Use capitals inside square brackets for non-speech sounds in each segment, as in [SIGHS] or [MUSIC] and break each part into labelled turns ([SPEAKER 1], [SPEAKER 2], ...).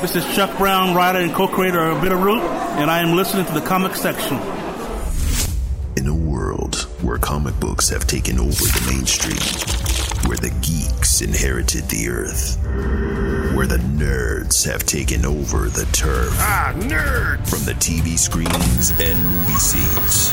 [SPEAKER 1] This is Chuck Brown, writer and co-creator of Bitterroot, and I am listening to the comic section.
[SPEAKER 2] In a world where comic books have taken over the main street, where the geeks inherited the earth, where the nerds have taken over the turf.
[SPEAKER 3] Ah, nerds!
[SPEAKER 2] From the TV screens and movie scenes.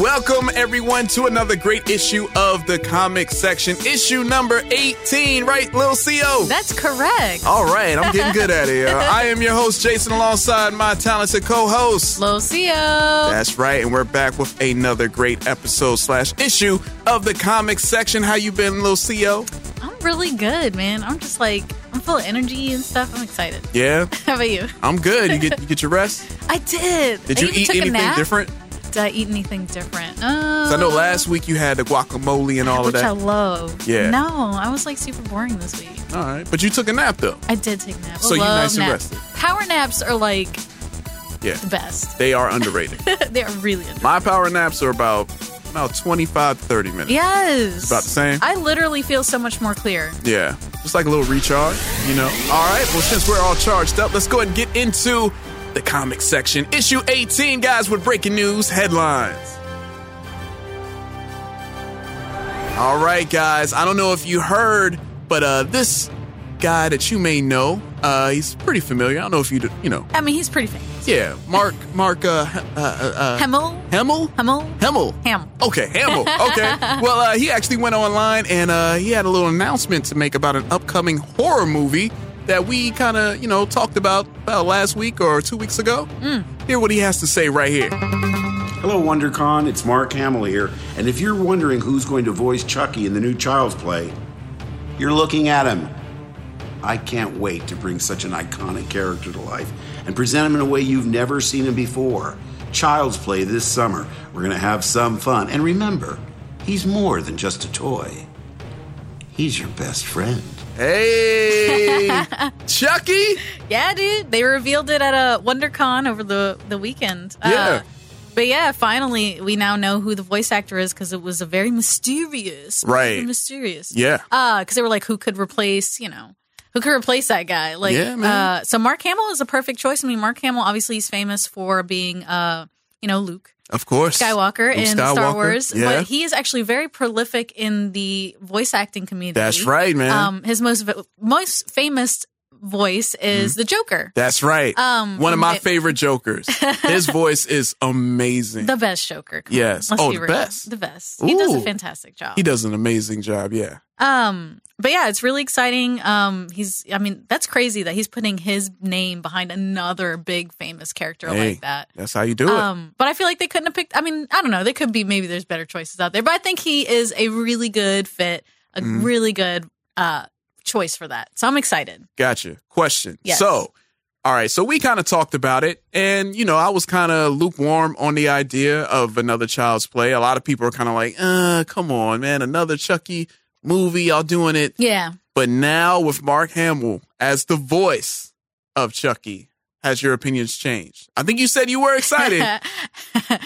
[SPEAKER 4] Welcome, everyone, to another great issue of the comic section. Issue number 18, right, Lil CO?
[SPEAKER 5] That's correct.
[SPEAKER 4] All right, I'm getting good at it. I am your host, Jason, alongside my talented co host,
[SPEAKER 5] Lil CO. That's
[SPEAKER 4] right, and we're back with another great episode slash issue of the comic section. How you been, Lil CO?
[SPEAKER 5] I'm really good, man. I'm just like, I'm full of energy and stuff. I'm excited. [LAUGHS]
[SPEAKER 4] Yeah.
[SPEAKER 5] How about you?
[SPEAKER 4] I'm good. You get you get your rest?
[SPEAKER 5] I did.
[SPEAKER 4] Did
[SPEAKER 5] I
[SPEAKER 4] you eat anything different?
[SPEAKER 5] did I eat anything different?
[SPEAKER 4] Uh, I know last week you had the guacamole and all
[SPEAKER 5] of
[SPEAKER 4] that.
[SPEAKER 5] Which I love.
[SPEAKER 4] Yeah.
[SPEAKER 5] No, I was like super boring this week.
[SPEAKER 4] All right. But you took a nap though.
[SPEAKER 5] I did take a nap.
[SPEAKER 4] So
[SPEAKER 5] I
[SPEAKER 4] you nice
[SPEAKER 5] naps.
[SPEAKER 4] and rested.
[SPEAKER 5] Power naps are like
[SPEAKER 4] yeah.
[SPEAKER 5] the best. [LAUGHS]
[SPEAKER 4] They are underrated.
[SPEAKER 5] they are really underrated.
[SPEAKER 4] My power naps are about about 25 30 minutes.
[SPEAKER 5] Yes.
[SPEAKER 4] It's about the same.
[SPEAKER 5] I literally feel so much more clear.
[SPEAKER 4] Yeah. Just like a little recharge, you know. All right. Well, since we're all charged up, let's go ahead and get into the comic section. Issue 18, guys, with breaking news headlines. All right, guys. I don't know if you heard, but uh, this guy that you may know, uh, he's pretty familiar. I don't know if you, do, you know.
[SPEAKER 5] I mean, he's pretty famous.
[SPEAKER 4] Yeah, Mark, Mark, uh, uh, uh,
[SPEAKER 5] Hemmel.
[SPEAKER 4] Hemmel,
[SPEAKER 5] Hemmel,
[SPEAKER 4] Hemmel,
[SPEAKER 5] Ham.
[SPEAKER 4] Okay,
[SPEAKER 5] [LAUGHS]
[SPEAKER 4] Hamill. Okay. well, uh, he actually went online and uh, he had a little announcement to make about an upcoming horror movie that we kind of, you know, talked about about last week or two weeks ago. Mm. Hear what he has to say right here.
[SPEAKER 6] Hello, WonderCon. It's Mark Hamill here. And if you're wondering who's going to voice Chucky in the new Child's Play, you're looking at him. I can't wait to bring such an iconic character to life and present him in a way you've never seen him before. Child's Play this summer. We're going to have some fun. And remember, he's more than just a toy, he's your best friend.
[SPEAKER 5] [LAUGHS]
[SPEAKER 4] Hey, Chucky?
[SPEAKER 5] Yeah, dude. They revealed it at a uh, WonderCon over the the weekend.
[SPEAKER 4] Yeah.
[SPEAKER 5] Uh, but yeah, finally, we now know who the voice actor is because it was a very mysterious,
[SPEAKER 4] Right.
[SPEAKER 5] very mysterious.
[SPEAKER 4] Yeah.
[SPEAKER 5] because they were like, who could replace, you know, who could replace that guy? Like,
[SPEAKER 4] Yeah, man.
[SPEAKER 5] Uh, so Mark Hamill is a perfect choice. I mean, Mark Hamill obviously he's famous for being, uh, you know, Luke
[SPEAKER 4] Of course.
[SPEAKER 5] Skywalker
[SPEAKER 4] Luke
[SPEAKER 5] in
[SPEAKER 4] Skywalker,
[SPEAKER 5] Star Wars,
[SPEAKER 4] yeah.
[SPEAKER 5] but he is actually very prolific in the voice acting community.
[SPEAKER 4] That's right, man.
[SPEAKER 5] Um, his most most famous voice
[SPEAKER 4] Mm-hmm.
[SPEAKER 5] is the Joker.
[SPEAKER 4] That's right.
[SPEAKER 5] Um,
[SPEAKER 4] One of my
[SPEAKER 5] it-
[SPEAKER 4] favorite Jokers.
[SPEAKER 5] [LAUGHS]
[SPEAKER 4] His voice is amazing.
[SPEAKER 5] The best Joker. Come on,
[SPEAKER 4] Yes.
[SPEAKER 5] Let's
[SPEAKER 4] Oh,
[SPEAKER 5] be
[SPEAKER 4] the
[SPEAKER 5] real.
[SPEAKER 4] best.
[SPEAKER 5] The best. He does a
[SPEAKER 4] Ooh.
[SPEAKER 5] fantastic job.
[SPEAKER 4] he does an amazing job. Yeah.
[SPEAKER 5] Um, but yeah, it's really exciting. Um, he's, I mean, that's crazy that he's putting his name behind another big famous character
[SPEAKER 4] Hey,
[SPEAKER 5] like that.
[SPEAKER 4] That's how you do it.
[SPEAKER 5] Um, but I feel like they couldn't have picked. I mean, I don't know. They could be maybe there's better choices out there, but I think he is a really good fit, a
[SPEAKER 4] Mhm.
[SPEAKER 5] really good uh choice for that. So I'm excited.
[SPEAKER 4] Gotcha. Question.
[SPEAKER 5] Yes.
[SPEAKER 4] So, all right. So we kind of talked about it, and you know, I was kind of lukewarm on the idea of another Child's Play. A lot of people are kind of like, "Uh, come on, man, another Chucky movie. Y'all doing it?"
[SPEAKER 5] Yeah,
[SPEAKER 4] But now with Mark Hamill as the voice of Chucky, has your opinions changed? I think you said [LAUGHS] you were excited
[SPEAKER 5] [LAUGHS]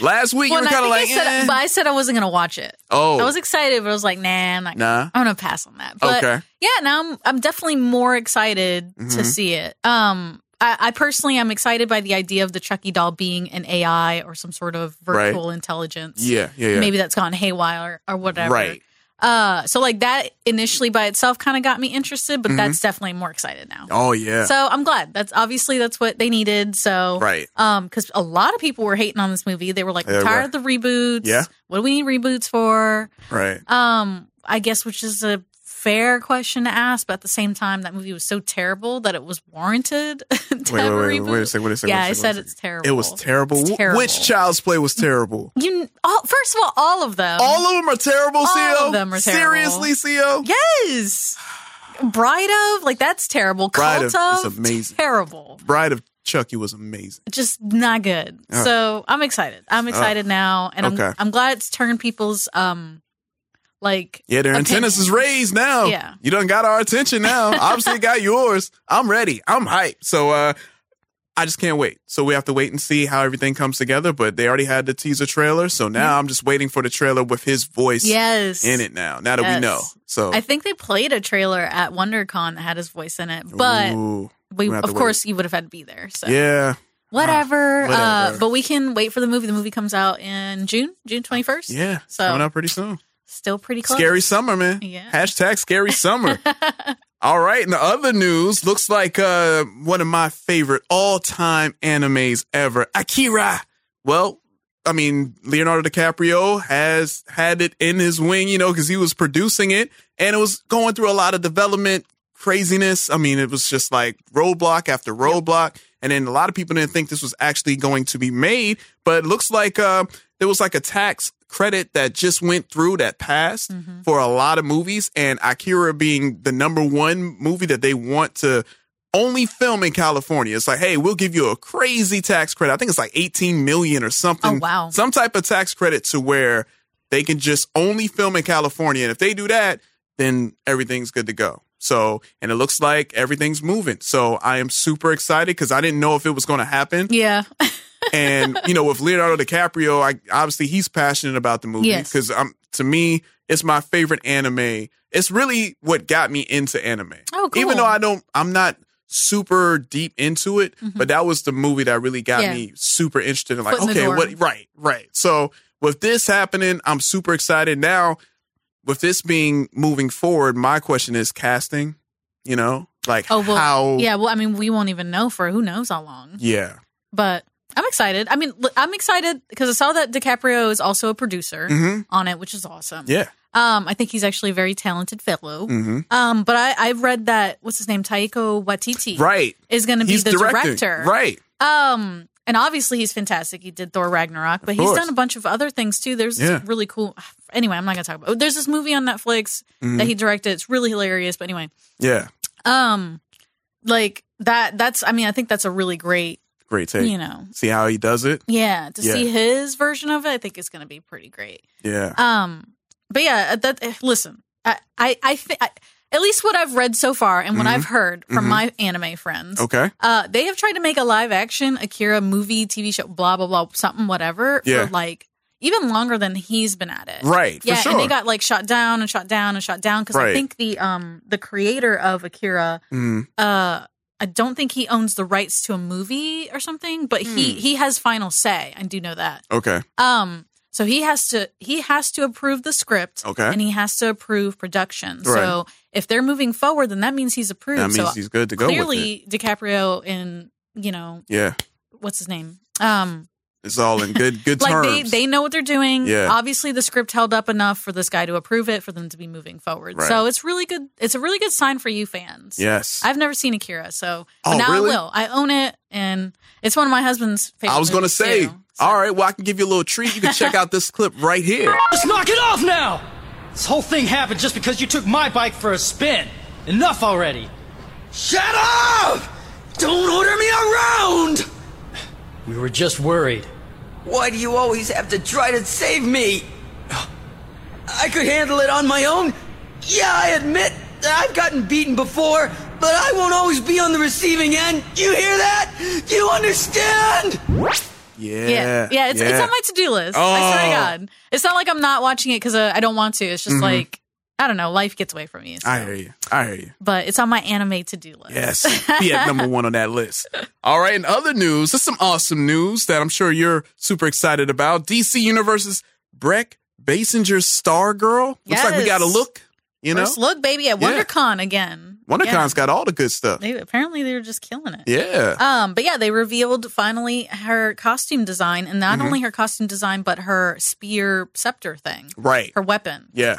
[SPEAKER 4] last week.
[SPEAKER 5] Well,
[SPEAKER 4] you
[SPEAKER 5] and
[SPEAKER 4] were kind of
[SPEAKER 5] I think I
[SPEAKER 4] like,
[SPEAKER 5] said,
[SPEAKER 4] eh.
[SPEAKER 5] but I said I wasn't gonna watch it.
[SPEAKER 4] "Oh,
[SPEAKER 5] I was excited, but I was like, nah, I'm not. Gonna,
[SPEAKER 4] nah."
[SPEAKER 5] I'm gonna pass on that. But
[SPEAKER 4] okay.
[SPEAKER 5] yeah, now I'm I'm definitely more excited
[SPEAKER 4] Mhm.
[SPEAKER 5] to see it. Um, I, I personally am excited by the idea of the Chucky doll being an AI or some sort of
[SPEAKER 4] Right.
[SPEAKER 5] virtual intelligence.
[SPEAKER 4] Yeah. Yeah. Yeah.
[SPEAKER 5] Maybe that's gone haywire or whatever.
[SPEAKER 4] Right.
[SPEAKER 5] Uh, so like that initially by itself kind of got me interested, but that's definitely more excited now.
[SPEAKER 4] Mm-hmm. Oh yeah.
[SPEAKER 5] So I'm glad. That's obviously that's what they needed. So
[SPEAKER 4] Right.
[SPEAKER 5] um, because a lot of people were hating on this movie. They were like,
[SPEAKER 4] They
[SPEAKER 5] "We're
[SPEAKER 4] were.
[SPEAKER 5] tired of the reboots.
[SPEAKER 4] Yeah.
[SPEAKER 5] What do we need reboots for?
[SPEAKER 4] right.
[SPEAKER 5] Um, I guess which is a fair question to ask, but at the same time, that movie was so terrible that it was warranted [LAUGHS] to
[SPEAKER 4] Wait,
[SPEAKER 5] have
[SPEAKER 4] wait,
[SPEAKER 5] a
[SPEAKER 4] wait,
[SPEAKER 5] reboot.
[SPEAKER 4] wait a second, wait a second,
[SPEAKER 5] yeah,
[SPEAKER 4] wait a
[SPEAKER 5] I
[SPEAKER 4] second,
[SPEAKER 5] said
[SPEAKER 4] wait a
[SPEAKER 5] it's terrible.
[SPEAKER 4] It was terrible.
[SPEAKER 5] It's
[SPEAKER 4] Wh- Which Child's Play was
[SPEAKER 5] [LAUGHS]
[SPEAKER 4] terrible?
[SPEAKER 5] You all, first of all, all of them.
[SPEAKER 4] All of them are terrible,
[SPEAKER 5] Um, All
[SPEAKER 4] CO.
[SPEAKER 5] of them are
[SPEAKER 4] Seriously, CO?
[SPEAKER 5] yes. Bride of like that's terrible.
[SPEAKER 4] Bride of
[SPEAKER 5] Cult of,
[SPEAKER 4] is amazing.
[SPEAKER 5] Terrible.
[SPEAKER 4] Bride of Chucky was amazing.
[SPEAKER 5] just not good.
[SPEAKER 4] Ugh.
[SPEAKER 5] So I'm excited. I'm excited now, and
[SPEAKER 4] Okay.
[SPEAKER 5] I'm I'm glad it's turned people's um like
[SPEAKER 4] Yeah, their
[SPEAKER 5] opinion.
[SPEAKER 4] antennas is raised now.
[SPEAKER 5] Yeah.
[SPEAKER 4] You done got our attention now. Obviously got yours. I'm ready. I'm hyped. So uh I just can't wait. So we have to wait and see how everything comes together, but they already had the teaser trailer, so now I'm just waiting for the trailer with his voice
[SPEAKER 5] [LAUGHS] Mm-hmm. Yes.
[SPEAKER 4] in it now. Now that we
[SPEAKER 5] Yes.
[SPEAKER 4] know. So
[SPEAKER 5] I think they played a trailer at WonderCon that had his voice in it, but
[SPEAKER 4] Ooh.
[SPEAKER 5] we,
[SPEAKER 4] We'll have
[SPEAKER 5] of
[SPEAKER 4] to wait.
[SPEAKER 5] course, you would have had to be there. So
[SPEAKER 4] Yeah.
[SPEAKER 5] whatever.
[SPEAKER 4] Whatever.
[SPEAKER 5] Uh, but we can wait for the movie. The movie comes out in June, June twenty first.
[SPEAKER 4] Yeah.
[SPEAKER 5] So-
[SPEAKER 4] coming up pretty soon.
[SPEAKER 5] Still pretty close.
[SPEAKER 4] Scary summer, man.
[SPEAKER 5] Yeah.
[SPEAKER 4] Hashtag scary
[SPEAKER 5] [LAUGHS]
[SPEAKER 4] summer. All right. In the other news, looks like uh, one of my favorite all time animes ever, Akira. Well, I mean, Leonardo DiCaprio has had it in his wing, you know, because he was producing it and it was going through a lot of development craziness. I mean, it was just like roadblock after roadblock. And then a lot of people didn't think this was actually going to be made, but it looks like uh, there was like a tax credit that just went through that passed for a lot of movies. And Akira being the number one movie that they want to only film in California. It's like, hey, we'll give you a crazy tax credit. I think it's like 18 million or something.
[SPEAKER 5] Oh, wow.
[SPEAKER 4] Some type of tax credit to where they can just only film in California. And if they do that, then everything's good to go. So, and it looks like everything's moving. So I am super excited because I didn't know if it was going to happen.
[SPEAKER 5] Yeah.
[SPEAKER 4] and, you know, with Leonardo DiCaprio, I obviously he's passionate about the movie
[SPEAKER 5] Yes.
[SPEAKER 4] because um, to me, it's my favorite anime. It's really what got me into anime.
[SPEAKER 5] Oh, cool.
[SPEAKER 4] Even though I don't, I'm not super deep into it, but that was the movie that really got
[SPEAKER 5] Mm-hmm. Yeah.
[SPEAKER 4] me super interested in like,
[SPEAKER 5] Foot in the
[SPEAKER 4] okay,
[SPEAKER 5] door.
[SPEAKER 4] what, right, right. So with this happening, I'm super excited. Now, with this being moving forward, my question is casting, you know, like
[SPEAKER 5] Oh well.
[SPEAKER 4] how,
[SPEAKER 5] Yeah. Well, I mean, we won't even know for who knows how long.
[SPEAKER 4] yeah,
[SPEAKER 5] But I'm excited. I mean, l- I'm excited because I saw that DiCaprio is also a producer
[SPEAKER 4] Mhm.
[SPEAKER 5] on it, which is awesome.
[SPEAKER 4] yeah.
[SPEAKER 5] Um, I think he's actually a very talented fellow.
[SPEAKER 4] hmm
[SPEAKER 5] Um, but I, I read that what's his name, Taiko Watiti,
[SPEAKER 4] Right.
[SPEAKER 5] is going to be
[SPEAKER 4] He's
[SPEAKER 5] the
[SPEAKER 4] directing.
[SPEAKER 5] director,
[SPEAKER 4] Right.
[SPEAKER 5] Um, and obviously he's fantastic. He did Thor Ragnarok, but he's
[SPEAKER 4] course.
[SPEAKER 5] done a bunch of other things too. There's
[SPEAKER 4] Yeah.
[SPEAKER 5] this really cool. Anyway, I'm not going to talk about. There's this movie on Netflix
[SPEAKER 4] Mm-hmm.
[SPEAKER 5] that he directed. It's really hilarious. But anyway,
[SPEAKER 4] Yeah.
[SPEAKER 5] um, like that. That's. I mean, I think that's a really great.
[SPEAKER 4] Great take.
[SPEAKER 5] You know.
[SPEAKER 4] See how he does it?
[SPEAKER 5] Yeah, to
[SPEAKER 4] Yeah.
[SPEAKER 5] see his version of it, I think is going to be pretty great.
[SPEAKER 4] Yeah.
[SPEAKER 5] Um, but yeah, that eh, listen, I I, I think at least what I've read so far and what I've heard from my anime friends,
[SPEAKER 4] Mm-hmm. Okay.
[SPEAKER 5] uh, they have tried to make a live action Akira movie, TV show, blah blah blah, something whatever
[SPEAKER 4] Yeah.
[SPEAKER 5] for like even longer than he's been at it,
[SPEAKER 4] Right, for
[SPEAKER 5] Yeah, and
[SPEAKER 4] sure.
[SPEAKER 5] they got like shot down and shot down and shot down because
[SPEAKER 4] Right.
[SPEAKER 5] I think the um the creator of Akira,
[SPEAKER 4] Mm.
[SPEAKER 5] uh. I don't think he owns the rights to a movie or something, but he
[SPEAKER 4] Hmm.
[SPEAKER 5] he has final say. I do know that.
[SPEAKER 4] Okay.
[SPEAKER 5] Um, so he has to he has to approve the script,
[SPEAKER 4] Okay.
[SPEAKER 5] and he has to approve production.
[SPEAKER 4] Right.
[SPEAKER 5] So if they're moving forward, then that means he's approved.
[SPEAKER 4] That means
[SPEAKER 5] so
[SPEAKER 4] he's good to go with
[SPEAKER 5] clearly, DiCaprio and you know
[SPEAKER 4] Yeah.
[SPEAKER 5] what's his name, um,
[SPEAKER 4] It's all in good good
[SPEAKER 5] [LAUGHS] like
[SPEAKER 4] terms.
[SPEAKER 5] they they know what they're doing.
[SPEAKER 4] Yeah.
[SPEAKER 5] obviously the script held up enough for this guy to approve it for them to be moving forward.
[SPEAKER 4] Right.
[SPEAKER 5] So it's really good. It's a really good sign for you fans.
[SPEAKER 4] yes.
[SPEAKER 5] I've never seen Akira, so but
[SPEAKER 4] Oh,
[SPEAKER 5] now
[SPEAKER 4] really?
[SPEAKER 5] I will. I own it, and it's one of my husband's favorite.
[SPEAKER 4] I was gonna
[SPEAKER 5] movies,
[SPEAKER 4] say, oh,
[SPEAKER 5] too. So-
[SPEAKER 4] all right, well, I can give you a little treat. You can check out this clip right here.
[SPEAKER 7] Just knock it off now! This whole thing happened just because you took my bike for a spin. Enough already. Shut up! Don't order me around! We were just worried.
[SPEAKER 8] Why do you always have to try to save me? I could handle it on my own. Yeah, I admit that I've gotten beaten before, but I won't always be on the receiving end. You hear that? You understand?
[SPEAKER 4] Yeah.
[SPEAKER 5] [LAUGHS] Yeah, yeah, it's, it's on my to do list. I swear
[SPEAKER 4] Oh. Mm-hmm.
[SPEAKER 5] to God, it's not like I'm not watching it because uh, I don't want to. It's just like I don't know, life gets away from you. so.
[SPEAKER 4] I hear you. I hear you.
[SPEAKER 5] But it's on my anime to do list.
[SPEAKER 4] Yes.
[SPEAKER 5] [LAUGHS]
[SPEAKER 4] Be at number one on that list. All right. In other news, there's some awesome news that I'm sure you're super excited about. DC Universe's Breck Basinger's Star Girl. Looks like we
[SPEAKER 5] Yes.
[SPEAKER 4] got a look, you know?
[SPEAKER 5] First look, baby, at
[SPEAKER 4] Yeah.
[SPEAKER 5] WonderCon again.
[SPEAKER 4] WonderCon's
[SPEAKER 5] Yeah.
[SPEAKER 4] got all the good stuff.
[SPEAKER 5] They apparently they're just killing it.
[SPEAKER 4] Yeah.
[SPEAKER 5] Um, but yeah, they revealed finally her costume design, and
[SPEAKER 4] Mm-hmm.
[SPEAKER 5] not only her costume design, but her spear scepter thing,
[SPEAKER 4] right.
[SPEAKER 5] her weapon.
[SPEAKER 4] Yeah.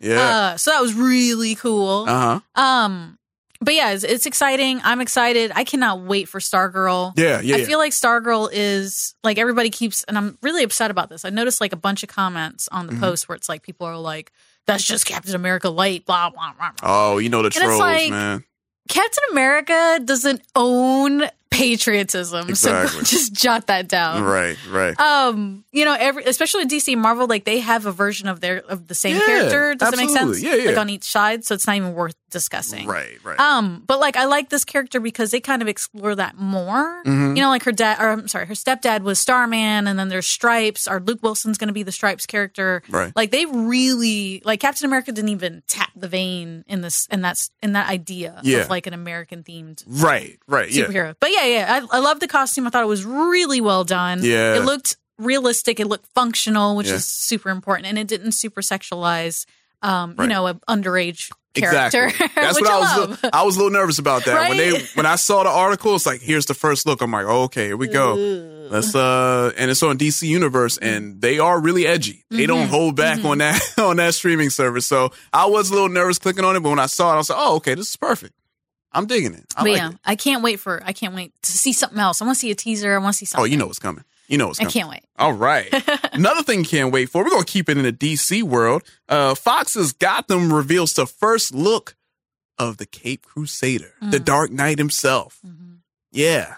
[SPEAKER 4] Yeah.
[SPEAKER 5] Uh, so that was really cool.
[SPEAKER 4] Uh huh.
[SPEAKER 5] Um, but yeah, it's, it's exciting. I'm excited. I cannot wait for Stargirl.
[SPEAKER 4] Yeah, yeah,
[SPEAKER 5] I
[SPEAKER 4] yeah.
[SPEAKER 5] feel like Stargirl is like everybody keeps, and I'm really upset about this. I noticed like a bunch of comments on the
[SPEAKER 4] Mm-hmm.
[SPEAKER 5] post where it's like people are like, "That's just Captain America light." Blah blah blah. blah.
[SPEAKER 4] Oh, you know the
[SPEAKER 5] it's
[SPEAKER 4] trolls,
[SPEAKER 5] like-
[SPEAKER 4] man.
[SPEAKER 5] Captain America doesn't own patriotism.
[SPEAKER 4] Exactly.
[SPEAKER 5] So [LAUGHS] just jot that down.
[SPEAKER 4] Right, right.
[SPEAKER 5] Um, you know, every especially DC Marvel, like they have a version of their of the same
[SPEAKER 4] Yeah,
[SPEAKER 5] character. Does that make
[SPEAKER 4] absolutely.
[SPEAKER 5] sense?
[SPEAKER 4] Yeah, yeah.
[SPEAKER 5] Like on each side, so it's not even worth discussing.
[SPEAKER 4] right, right.
[SPEAKER 5] Um, but like I like this character because they kind of explore that more.
[SPEAKER 4] Mm-hmm.
[SPEAKER 5] You know, like her dad, or I'm sorry, her stepdad was Starman, and then there's Stripes. Or Luke Wilson's going to be the Stripes character.
[SPEAKER 4] Right.
[SPEAKER 5] Like they really like Captain America didn't even tap the vein in this and that's in that idea
[SPEAKER 4] Yeah.
[SPEAKER 5] of like an American themed
[SPEAKER 4] right, right. Yeah.
[SPEAKER 5] superhero. But yeah, yeah, I, I love the costume. I thought it was really well done.
[SPEAKER 4] Yeah.
[SPEAKER 5] it looked realistic. It looked functional, which
[SPEAKER 4] Yeah.
[SPEAKER 5] is super important, and it didn't super sexualize. Um,
[SPEAKER 4] Right.
[SPEAKER 5] you know, an underage character.
[SPEAKER 4] Exactly.
[SPEAKER 5] [LAUGHS]
[SPEAKER 4] That's
[SPEAKER 5] which
[SPEAKER 4] what I
[SPEAKER 5] love.
[SPEAKER 4] was. li- I was a little nervous about that when they
[SPEAKER 5] Right?
[SPEAKER 4] when I saw the article. It's like here's the first look. I'm like, oh, okay, here we go. Let's uh, and it's on DC Universe,
[SPEAKER 5] Mm.
[SPEAKER 4] and they are really edgy. They
[SPEAKER 5] Mm-hmm.
[SPEAKER 4] don't hold back on that [LAUGHS] on that streaming service. So I was a little nervous clicking on it, but when I saw it, I was like, oh, okay, this is perfect. I'm digging it. I
[SPEAKER 5] but
[SPEAKER 4] like
[SPEAKER 5] yeah,
[SPEAKER 4] it.
[SPEAKER 5] I can't wait for I can't wait to see something else. I want to see a teaser. I want to see
[SPEAKER 4] Oh,
[SPEAKER 5] something.
[SPEAKER 4] you know what's coming. You know what's
[SPEAKER 5] I
[SPEAKER 4] coming.
[SPEAKER 5] can't wait.
[SPEAKER 4] All
[SPEAKER 5] [LAUGHS]
[SPEAKER 4] right. Another thing you can't wait for. We're gonna keep it in the DC world. Uh, Fox's Gotham reveals the first look of the Cape Crusader,
[SPEAKER 5] Mm.
[SPEAKER 4] the Dark Knight himself.
[SPEAKER 5] Mm-hmm.
[SPEAKER 4] Yeah.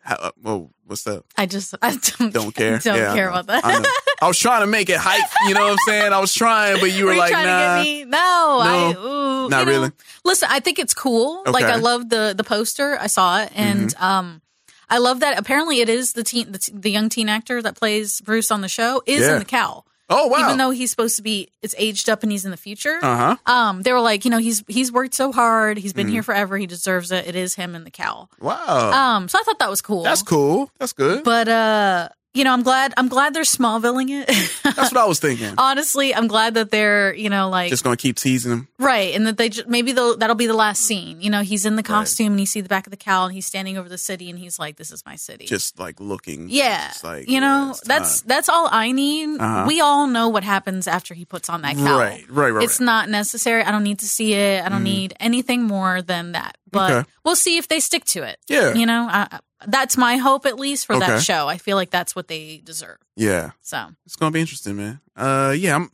[SPEAKER 4] How, uh, well, what's up?
[SPEAKER 5] I just [LAUGHS] I don't,
[SPEAKER 4] Don't care.
[SPEAKER 5] don't
[SPEAKER 4] Yeah, I
[SPEAKER 5] care
[SPEAKER 4] know.
[SPEAKER 5] about that.
[SPEAKER 4] I, know. I was trying to make it hype. You know what I'm saying? I was trying, but you were,
[SPEAKER 5] Were you
[SPEAKER 4] like,
[SPEAKER 5] trying
[SPEAKER 4] nah.
[SPEAKER 5] to get me? No, I,
[SPEAKER 4] No,
[SPEAKER 5] ooh,
[SPEAKER 4] not
[SPEAKER 5] you know,
[SPEAKER 4] really.
[SPEAKER 5] Listen, I think it's cool. Like
[SPEAKER 4] Okay. Mm-hmm.
[SPEAKER 5] I love the the poster. I saw it, and um, I love that. Apparently, it is the teen, the, t- the young teen actor that plays Bruce on the show is
[SPEAKER 4] Yeah.
[SPEAKER 5] in the cow.
[SPEAKER 4] Oh wow.
[SPEAKER 5] Even though he's supposed to be, it's aged up and he's in the future.
[SPEAKER 4] uh huh.
[SPEAKER 5] Um, they were like, you know, he's he's worked so hard. He's
[SPEAKER 4] Mm-hmm.
[SPEAKER 5] been here forever. He deserves it. It is him in the cow.
[SPEAKER 4] Wow.
[SPEAKER 5] Um, so I thought that was cool.
[SPEAKER 4] That's cool. That's good.
[SPEAKER 5] But uh, you know, I'm glad I'm glad they're Smallvilling it.
[SPEAKER 4] That's what I was thinking.
[SPEAKER 5] [LAUGHS] Honestly, I'm glad that they're you know like
[SPEAKER 4] Just gonna keep teasing him.
[SPEAKER 5] right, and that they ju- maybe they'll, that'll be the last scene. You know, he's in the costume and you see the back of the cow and he's standing over the city and he's like, "This is my city."
[SPEAKER 4] Just like looking.
[SPEAKER 5] yeah,
[SPEAKER 4] Just like
[SPEAKER 5] you
[SPEAKER 4] yeah,
[SPEAKER 5] know
[SPEAKER 4] it's
[SPEAKER 5] that's
[SPEAKER 4] time.
[SPEAKER 5] that's all I need.
[SPEAKER 4] Uh-huh.
[SPEAKER 5] We all know what happens after he puts on that cow.
[SPEAKER 4] Right, right, right,
[SPEAKER 5] It's
[SPEAKER 4] right.
[SPEAKER 5] not necessary. I don't need to see it. I don't need anything more than that. But
[SPEAKER 4] Okay.
[SPEAKER 5] we'll see if they stick to it.
[SPEAKER 4] Yeah.
[SPEAKER 5] you know, I, I- that's my hope at least for
[SPEAKER 4] Okay.
[SPEAKER 5] that show. I feel like that's what they deserve.
[SPEAKER 4] yeah.
[SPEAKER 5] So
[SPEAKER 4] it's gonna be interesting, man. Uh, yeah. I'm,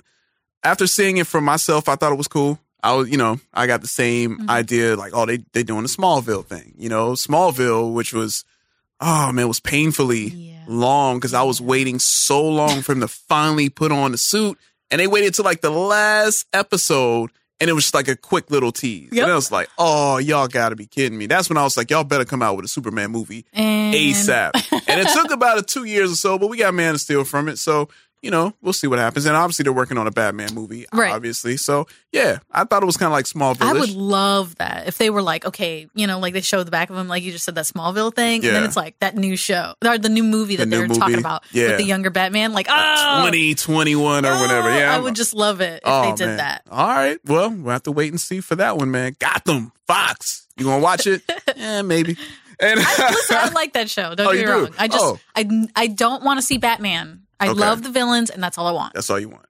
[SPEAKER 4] after seeing it for myself, I thought it was cool. I was, you know, I got the same
[SPEAKER 5] Mm-hmm.
[SPEAKER 4] idea, like, oh, they they doing the Smallville thing, you know, Smallville, which was, oh man, it was painfully
[SPEAKER 5] Yeah.
[SPEAKER 4] long because I was waiting so long for him to finally put on the suit, and they waited till like the last episode, and it was just like a quick little tease,
[SPEAKER 5] Yep.
[SPEAKER 4] and I was like, oh, y'all gotta be kidding me. That's when I was like, y'all better come out with a Superman movie
[SPEAKER 5] and [LAUGHS]
[SPEAKER 4] ASAP. and it took about a two years or so, but we got Man of Steel from it. So, you know, we'll see what happens. And obviously they're working on a Batman movie,
[SPEAKER 5] Right.
[SPEAKER 4] obviously. So yeah, I thought it was kind of like Small
[SPEAKER 5] I would
[SPEAKER 4] Village.
[SPEAKER 5] love that if they were like, okay, you know, like they show the back of him, like you just said that Smallville thing, and
[SPEAKER 4] Yeah.
[SPEAKER 5] then it's like that new show or the new movie that
[SPEAKER 4] The new
[SPEAKER 5] they're talking
[SPEAKER 4] movie.
[SPEAKER 5] about
[SPEAKER 4] Yeah.
[SPEAKER 5] with the younger Batman, like oh,
[SPEAKER 4] 20, 21 or whatever.
[SPEAKER 5] oh,
[SPEAKER 4] Yeah.
[SPEAKER 5] I would just love it if
[SPEAKER 4] Oh,
[SPEAKER 5] they did
[SPEAKER 4] man.
[SPEAKER 5] that.
[SPEAKER 4] All right. Well, we'll have to wait and see for that one, man. Gotham, Fox. You gonna watch
[SPEAKER 5] [LAUGHS]
[SPEAKER 4] it? yeah, maybe. And
[SPEAKER 5] Listen,
[SPEAKER 4] [LAUGHS]
[SPEAKER 5] I like that show. Don't
[SPEAKER 4] Oh,
[SPEAKER 5] get
[SPEAKER 4] you
[SPEAKER 5] me
[SPEAKER 4] do?
[SPEAKER 5] wrong. I just
[SPEAKER 4] Oh.
[SPEAKER 5] I I don't want to see Batman. I
[SPEAKER 4] Okay.
[SPEAKER 5] love the villains, and that's all I want.
[SPEAKER 4] That's all you want.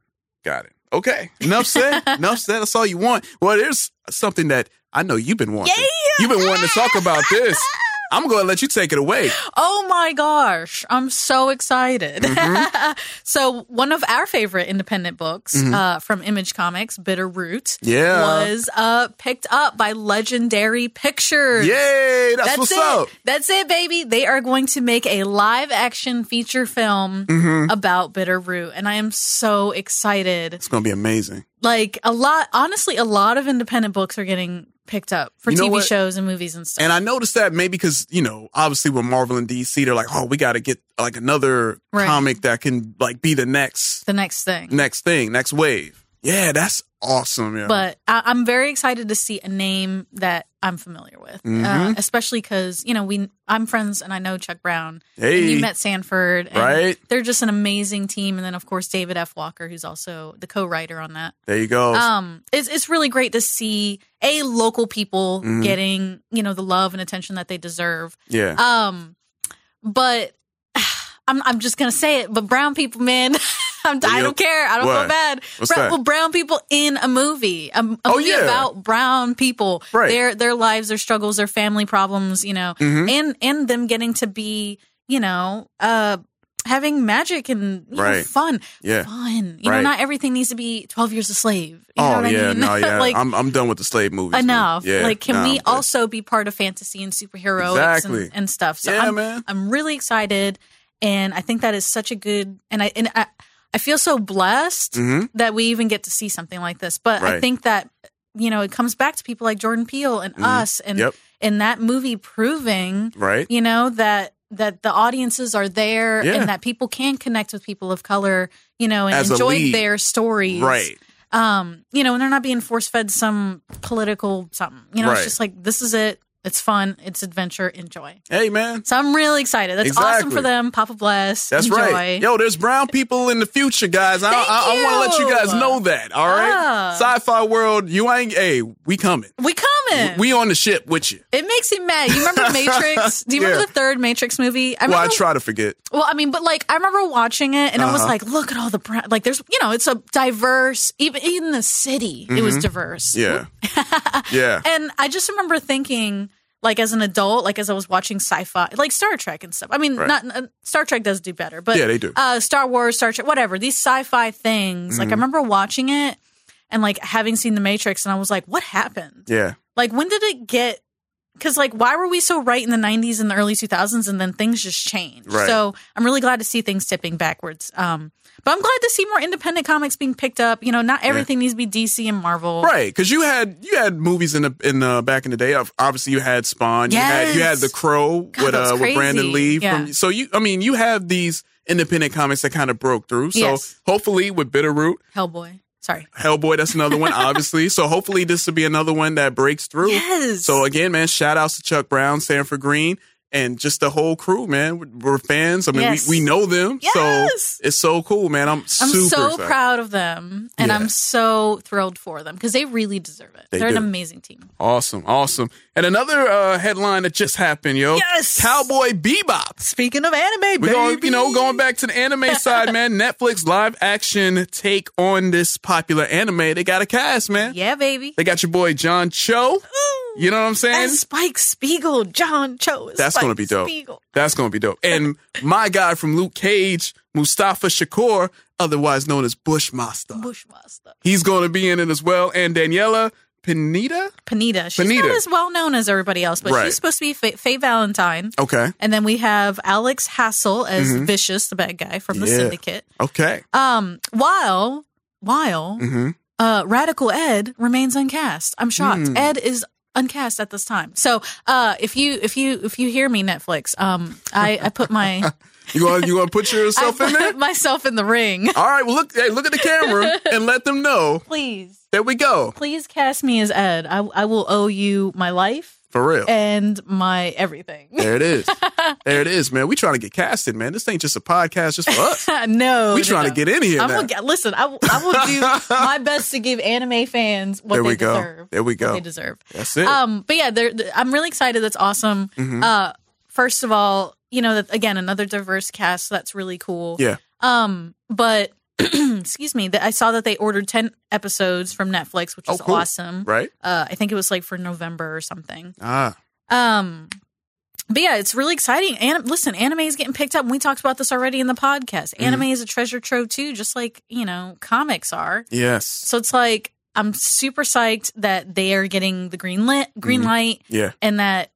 [SPEAKER 4] Got it. Okay. Enough
[SPEAKER 5] [LAUGHS]
[SPEAKER 4] said. Enough said. That's all you want. Well, there's something that I know you've been wanting.
[SPEAKER 5] Yeah.
[SPEAKER 4] You've been wanting to talk about this.
[SPEAKER 5] [LAUGHS]
[SPEAKER 4] I'm going to let you take it away.
[SPEAKER 5] Oh my gosh, I'm so excited.
[SPEAKER 4] Mm-hmm.
[SPEAKER 5] [LAUGHS] so, one of our favorite independent books uh, from Image Comics, Bitter Root,
[SPEAKER 4] Yeah.
[SPEAKER 5] was uh, picked up by Legendary Pictures.
[SPEAKER 4] Yay. That's,
[SPEAKER 5] That's
[SPEAKER 4] what's
[SPEAKER 5] it.
[SPEAKER 4] up.
[SPEAKER 5] That's it, baby. They are going to make a live action feature film
[SPEAKER 4] Mm-hmm.
[SPEAKER 5] about Bitter Root. And I am so excited.
[SPEAKER 4] It's going to be amazing.
[SPEAKER 5] Like, a lot, honestly, a lot of independent books are getting picked up for
[SPEAKER 4] You know
[SPEAKER 5] TV
[SPEAKER 4] what?
[SPEAKER 5] shows and movies and stuff.
[SPEAKER 4] And I noticed that maybe because, you know, obviously with Marvel and DC, they're like, oh, we got to get like another
[SPEAKER 5] Right.
[SPEAKER 4] comic that can like be the next,
[SPEAKER 5] the next thing.
[SPEAKER 4] next thing, next wave. Yeah. That's awesome. Yeah.
[SPEAKER 5] but I, I'm very excited to see a name that I'm familiar with,
[SPEAKER 4] Mm-hmm.
[SPEAKER 5] uh, especially because you know we I'm friends and I know Chuck Brown. and
[SPEAKER 4] Hey.
[SPEAKER 5] you met Sanford, and
[SPEAKER 4] Right.
[SPEAKER 5] They're just an amazing team, and then of course David F. Walker, who's also the co-writer on that.
[SPEAKER 4] there you go.
[SPEAKER 5] Um, it's it's really great to see a local people
[SPEAKER 4] Mm-hmm.
[SPEAKER 5] getting you know the love and attention that they deserve.
[SPEAKER 4] yeah.
[SPEAKER 5] Um, but [SIGHS] I'm I'm just gonna say it. But brown people, man, [LAUGHS] I'm, I
[SPEAKER 4] you-
[SPEAKER 5] don't care. I don't
[SPEAKER 4] what?
[SPEAKER 5] feel bad.
[SPEAKER 4] What's
[SPEAKER 5] Brown-
[SPEAKER 4] that?
[SPEAKER 5] Well, brown people in a movie, a, a
[SPEAKER 4] Oh,
[SPEAKER 5] movie
[SPEAKER 4] yeah.
[SPEAKER 5] about brown people,
[SPEAKER 4] Right. Mm-hmm.
[SPEAKER 5] their their lives, their struggles, their family problems, you know, and and them getting to be, you know, uh, having magic and you know,
[SPEAKER 4] Right.
[SPEAKER 5] fun.
[SPEAKER 4] Yeah.
[SPEAKER 5] Fun. You
[SPEAKER 4] Right.
[SPEAKER 5] know, not everything needs to be 12 years a slave. You know
[SPEAKER 4] oh
[SPEAKER 5] what I
[SPEAKER 4] yeah,
[SPEAKER 5] mean? [LAUGHS]
[SPEAKER 4] no, yeah.
[SPEAKER 5] like,
[SPEAKER 4] I'm I'm done with the slave movies. man.
[SPEAKER 5] enough.
[SPEAKER 4] Yeah,
[SPEAKER 5] like, can
[SPEAKER 4] nah,
[SPEAKER 5] we
[SPEAKER 4] I'm good.
[SPEAKER 5] also be part of fantasy and superheroes
[SPEAKER 4] Exactly.
[SPEAKER 5] and, and stuff? So
[SPEAKER 4] Yeah,
[SPEAKER 5] I'm,
[SPEAKER 4] man.
[SPEAKER 5] I'm really excited, and I think that is such a good and I and I, I feel so blessed that we even get to see something like this. But
[SPEAKER 4] Mm-hmm. Right.
[SPEAKER 5] I think that you know it comes back to people like Jordan Peele and us and
[SPEAKER 4] Mm-hmm. Yep.
[SPEAKER 5] and that movie proving
[SPEAKER 4] Right.
[SPEAKER 5] you know that that the audiences are there
[SPEAKER 4] Yeah.
[SPEAKER 5] and that people can connect with people of color you know and
[SPEAKER 4] As a
[SPEAKER 5] enjoy
[SPEAKER 4] lead.
[SPEAKER 5] their stories
[SPEAKER 4] Right.
[SPEAKER 5] um, you know, and they're not being force fed some political something. You know,
[SPEAKER 4] Right.
[SPEAKER 5] it's just like this is it. It's fun. It's adventure. Enjoy.
[SPEAKER 4] Hey man.
[SPEAKER 5] So I'm really excited. That's awesome
[SPEAKER 4] Exactly.
[SPEAKER 5] for them. Papa bless.
[SPEAKER 4] That's
[SPEAKER 5] enjoy.
[SPEAKER 4] right. Yo, there's brown people in the future, guys. I,
[SPEAKER 5] Thank
[SPEAKER 4] I, I want to let you guys
[SPEAKER 5] you.
[SPEAKER 4] know that. All right.
[SPEAKER 5] Ah.
[SPEAKER 4] Sci-fi world, you ain't. Hey, we coming.
[SPEAKER 5] We coming.
[SPEAKER 4] We on the ship with you.
[SPEAKER 5] it makes him mad. You
[SPEAKER 4] [LAUGHS]
[SPEAKER 5] remember Matrix? Do you
[SPEAKER 4] Yeah.
[SPEAKER 5] remember the third Matrix movie? I
[SPEAKER 4] Well, I
[SPEAKER 5] remember,
[SPEAKER 4] try Uh-huh. to forget.
[SPEAKER 5] well, I mean, but like I remember watching it, and I was like, look at all the brown. Like, there's you know, it's a diverse. Even in the city, it
[SPEAKER 4] Mm-hmm.
[SPEAKER 5] was diverse. [LAUGHS]
[SPEAKER 4] Yeah. yeah.
[SPEAKER 5] And I just remember thinking, like as an adult, like as I was watching sci-fi, like Star Trek and stuff. I mean,
[SPEAKER 4] Right.
[SPEAKER 5] not uh, Star Trek does do better, but
[SPEAKER 4] Yeah, they do. Mm-hmm.
[SPEAKER 5] Uh, Star Wars, Star Trek, whatever. These sci-fi things. Like I remember watching it and like having seen The Matrix, and I was like, what happened?
[SPEAKER 4] Yeah.
[SPEAKER 5] Like when did it get? Because like why were we so right in the '90s and the early 2000s, and then things just changed.
[SPEAKER 4] Right.
[SPEAKER 5] So I'm really glad to see things tipping backwards. Um, but I'm glad to see more independent comics being picked up. You know, not everything needs to be DC and Marvel.
[SPEAKER 4] Right, because you had you had movies in the in the back in the day. Ob- Obviously, you had Spawn. You had you had
[SPEAKER 5] Yes.
[SPEAKER 4] The Crow
[SPEAKER 5] God,
[SPEAKER 4] with
[SPEAKER 5] that was
[SPEAKER 4] uh, with Brandon
[SPEAKER 5] crazy.
[SPEAKER 4] Lee.
[SPEAKER 5] Yeah.
[SPEAKER 4] From, so you, I mean, you have these independent comics that kind of broke through. So
[SPEAKER 5] Yes.
[SPEAKER 4] hopefully, with Bitterroot,
[SPEAKER 5] Hellboy. Sorry.
[SPEAKER 4] Hellboy, that's another
[SPEAKER 5] [LAUGHS]
[SPEAKER 4] one, obviously. So hopefully, this will be another one that breaks through.
[SPEAKER 5] Yes.
[SPEAKER 4] So again, man, shout outs to Chuck Brown, Sanford Green, and just the whole crew, man. We're- We're fans. I mean,
[SPEAKER 5] Yes.
[SPEAKER 4] we, we know them.
[SPEAKER 5] Yes.
[SPEAKER 4] So it's so cool, man. I'm
[SPEAKER 5] I'm
[SPEAKER 4] super
[SPEAKER 5] so
[SPEAKER 4] excited.
[SPEAKER 5] proud of them, and
[SPEAKER 4] Yeah.
[SPEAKER 5] I'm so thrilled for them because they really deserve it.
[SPEAKER 4] They
[SPEAKER 5] They're
[SPEAKER 4] do.
[SPEAKER 5] an amazing team.
[SPEAKER 4] Awesome, awesome. And another uh, headline that just happened, yo.
[SPEAKER 5] Yes!
[SPEAKER 4] Cowboy Bebop.
[SPEAKER 5] Speaking of anime,
[SPEAKER 4] We're going, you know, going back to the
[SPEAKER 5] [LAUGHS]
[SPEAKER 4] anime side, man. Netflix live action take on this popular anime. They got a cast, man.
[SPEAKER 5] yeah, baby.
[SPEAKER 4] They got your boy John Cho. You know what I'm saying?
[SPEAKER 5] and Spike Spiegel, John Cho. is
[SPEAKER 4] That's
[SPEAKER 5] Spike
[SPEAKER 4] gonna be dope.
[SPEAKER 5] Spiegel.
[SPEAKER 4] That's gonna be dope. And my guy from Luke Cage, Mustafa Shakur, otherwise known as Bushmaster,
[SPEAKER 5] Bushmaster.
[SPEAKER 4] he's gonna be in it as well. And Daniela Pineda.
[SPEAKER 5] Panita. She's
[SPEAKER 4] Panita.
[SPEAKER 5] not as well known as everybody else, but
[SPEAKER 4] Right.
[SPEAKER 5] she's supposed to be Fa- Faye Valentine.
[SPEAKER 4] Okay.
[SPEAKER 5] And then we have Alex Hassel as Vicious, the bad guy from the
[SPEAKER 4] Mm-hmm. Yeah.
[SPEAKER 5] Syndicate.
[SPEAKER 4] Okay.
[SPEAKER 5] Um, while while
[SPEAKER 4] Mm-hmm.
[SPEAKER 5] uh, Radical Ed remains uncast. I'm shocked.
[SPEAKER 4] Hmm.
[SPEAKER 5] Ed is uncast at this time. So uh, if you if you if you hear me, Netflix, um, I, I put my
[SPEAKER 4] [LAUGHS] You gonna you gonna put
[SPEAKER 5] [LAUGHS] I
[SPEAKER 4] yourself in there?
[SPEAKER 5] put myself in the ring.
[SPEAKER 4] All right. Well, look. Hey, look at the
[SPEAKER 5] [LAUGHS]
[SPEAKER 4] camera and let them know.
[SPEAKER 5] Please,
[SPEAKER 4] There we go.
[SPEAKER 5] please cast me as Ed. I I will owe you my life
[SPEAKER 4] For real.
[SPEAKER 5] and my everything.
[SPEAKER 4] There it is. There it is, man. We trying to get casted, man. This ain't just a podcast just for
[SPEAKER 5] [LAUGHS]
[SPEAKER 4] us.
[SPEAKER 5] [LAUGHS] no,
[SPEAKER 4] We
[SPEAKER 5] no,
[SPEAKER 4] trying to
[SPEAKER 5] no.
[SPEAKER 4] get in here
[SPEAKER 5] I
[SPEAKER 4] now.
[SPEAKER 5] will get, listen. I will, I will
[SPEAKER 4] [LAUGHS]
[SPEAKER 5] do my best to give anime fans what
[SPEAKER 4] There
[SPEAKER 5] they
[SPEAKER 4] we go.
[SPEAKER 5] deserve.
[SPEAKER 4] There we
[SPEAKER 5] what
[SPEAKER 4] go.
[SPEAKER 5] they deserve.
[SPEAKER 4] That's it. Mm-hmm.
[SPEAKER 5] Um, but yeah, they're, th- I'm really excited. That's awesome. Uh, first of all, you know that again another diverse cast. so that's really cool.
[SPEAKER 4] yeah.
[SPEAKER 5] Um, but [CLEARS THROAT] excuse me, that I saw that they ordered ten episodes from Netflix, which
[SPEAKER 4] Oh,
[SPEAKER 5] is
[SPEAKER 4] cool.
[SPEAKER 5] awesome.
[SPEAKER 4] Right.
[SPEAKER 5] Uh, I think it was like for November or something.
[SPEAKER 4] Ah.
[SPEAKER 5] Um, but yeah, it's really exciting. And listen, anime is getting picked up. and We talked about this already in the podcast.
[SPEAKER 4] Mm-hmm.
[SPEAKER 5] Anime is a treasure trove too, just like you know comics are.
[SPEAKER 4] Yes.
[SPEAKER 5] So it's like I'm super psyched that they are getting the green lit, green
[SPEAKER 4] Mm-hmm.
[SPEAKER 5] light,
[SPEAKER 4] Yeah.
[SPEAKER 5] and that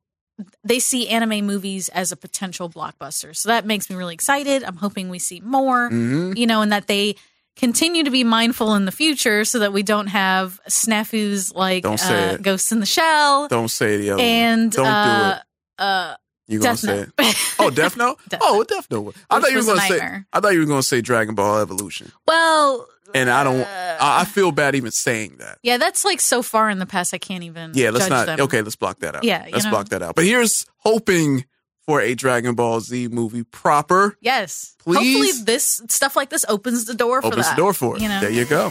[SPEAKER 5] they see anime movies as a potential blockbuster. So that makes me really excited. I'm hoping we see more,
[SPEAKER 4] Mm-hmm.
[SPEAKER 5] you know, and that they continue to be mindful in the future so that we don't have snafus like
[SPEAKER 4] Don't say
[SPEAKER 5] uh,
[SPEAKER 4] it.
[SPEAKER 5] Ghosts in the Shell
[SPEAKER 4] Don't say the other
[SPEAKER 5] and
[SPEAKER 4] one. Don't
[SPEAKER 5] uh,
[SPEAKER 4] do it.
[SPEAKER 5] uh,
[SPEAKER 4] You gonna
[SPEAKER 5] Death
[SPEAKER 4] say it?
[SPEAKER 5] Note.
[SPEAKER 4] Oh, Death Note.
[SPEAKER 5] Death
[SPEAKER 4] oh, Death Note. I
[SPEAKER 5] Which
[SPEAKER 4] thought you were
[SPEAKER 5] was a
[SPEAKER 4] gonna say.
[SPEAKER 5] nightmare.
[SPEAKER 4] I thought you were gonna say Dragon Ball Evolution,
[SPEAKER 5] [LAUGHS] well,
[SPEAKER 4] and I don't. I, I feel bad even saying that.
[SPEAKER 5] yeah, that's like so far in the past. I can't even.
[SPEAKER 4] Yeah, let's
[SPEAKER 5] judge
[SPEAKER 4] not.
[SPEAKER 5] Them.
[SPEAKER 4] Okay, let's block that out.
[SPEAKER 5] Yeah, you
[SPEAKER 4] let's
[SPEAKER 5] know.
[SPEAKER 4] block that out. But here's hoping for a Dragon Ball Z movie proper.
[SPEAKER 5] Yes.
[SPEAKER 4] Please.
[SPEAKER 5] Hopefully, this stuff like this opens the door for
[SPEAKER 4] Opens
[SPEAKER 5] that.
[SPEAKER 4] the door for it.
[SPEAKER 5] You know?
[SPEAKER 4] There you
[SPEAKER 5] [LAUGHS]
[SPEAKER 4] go.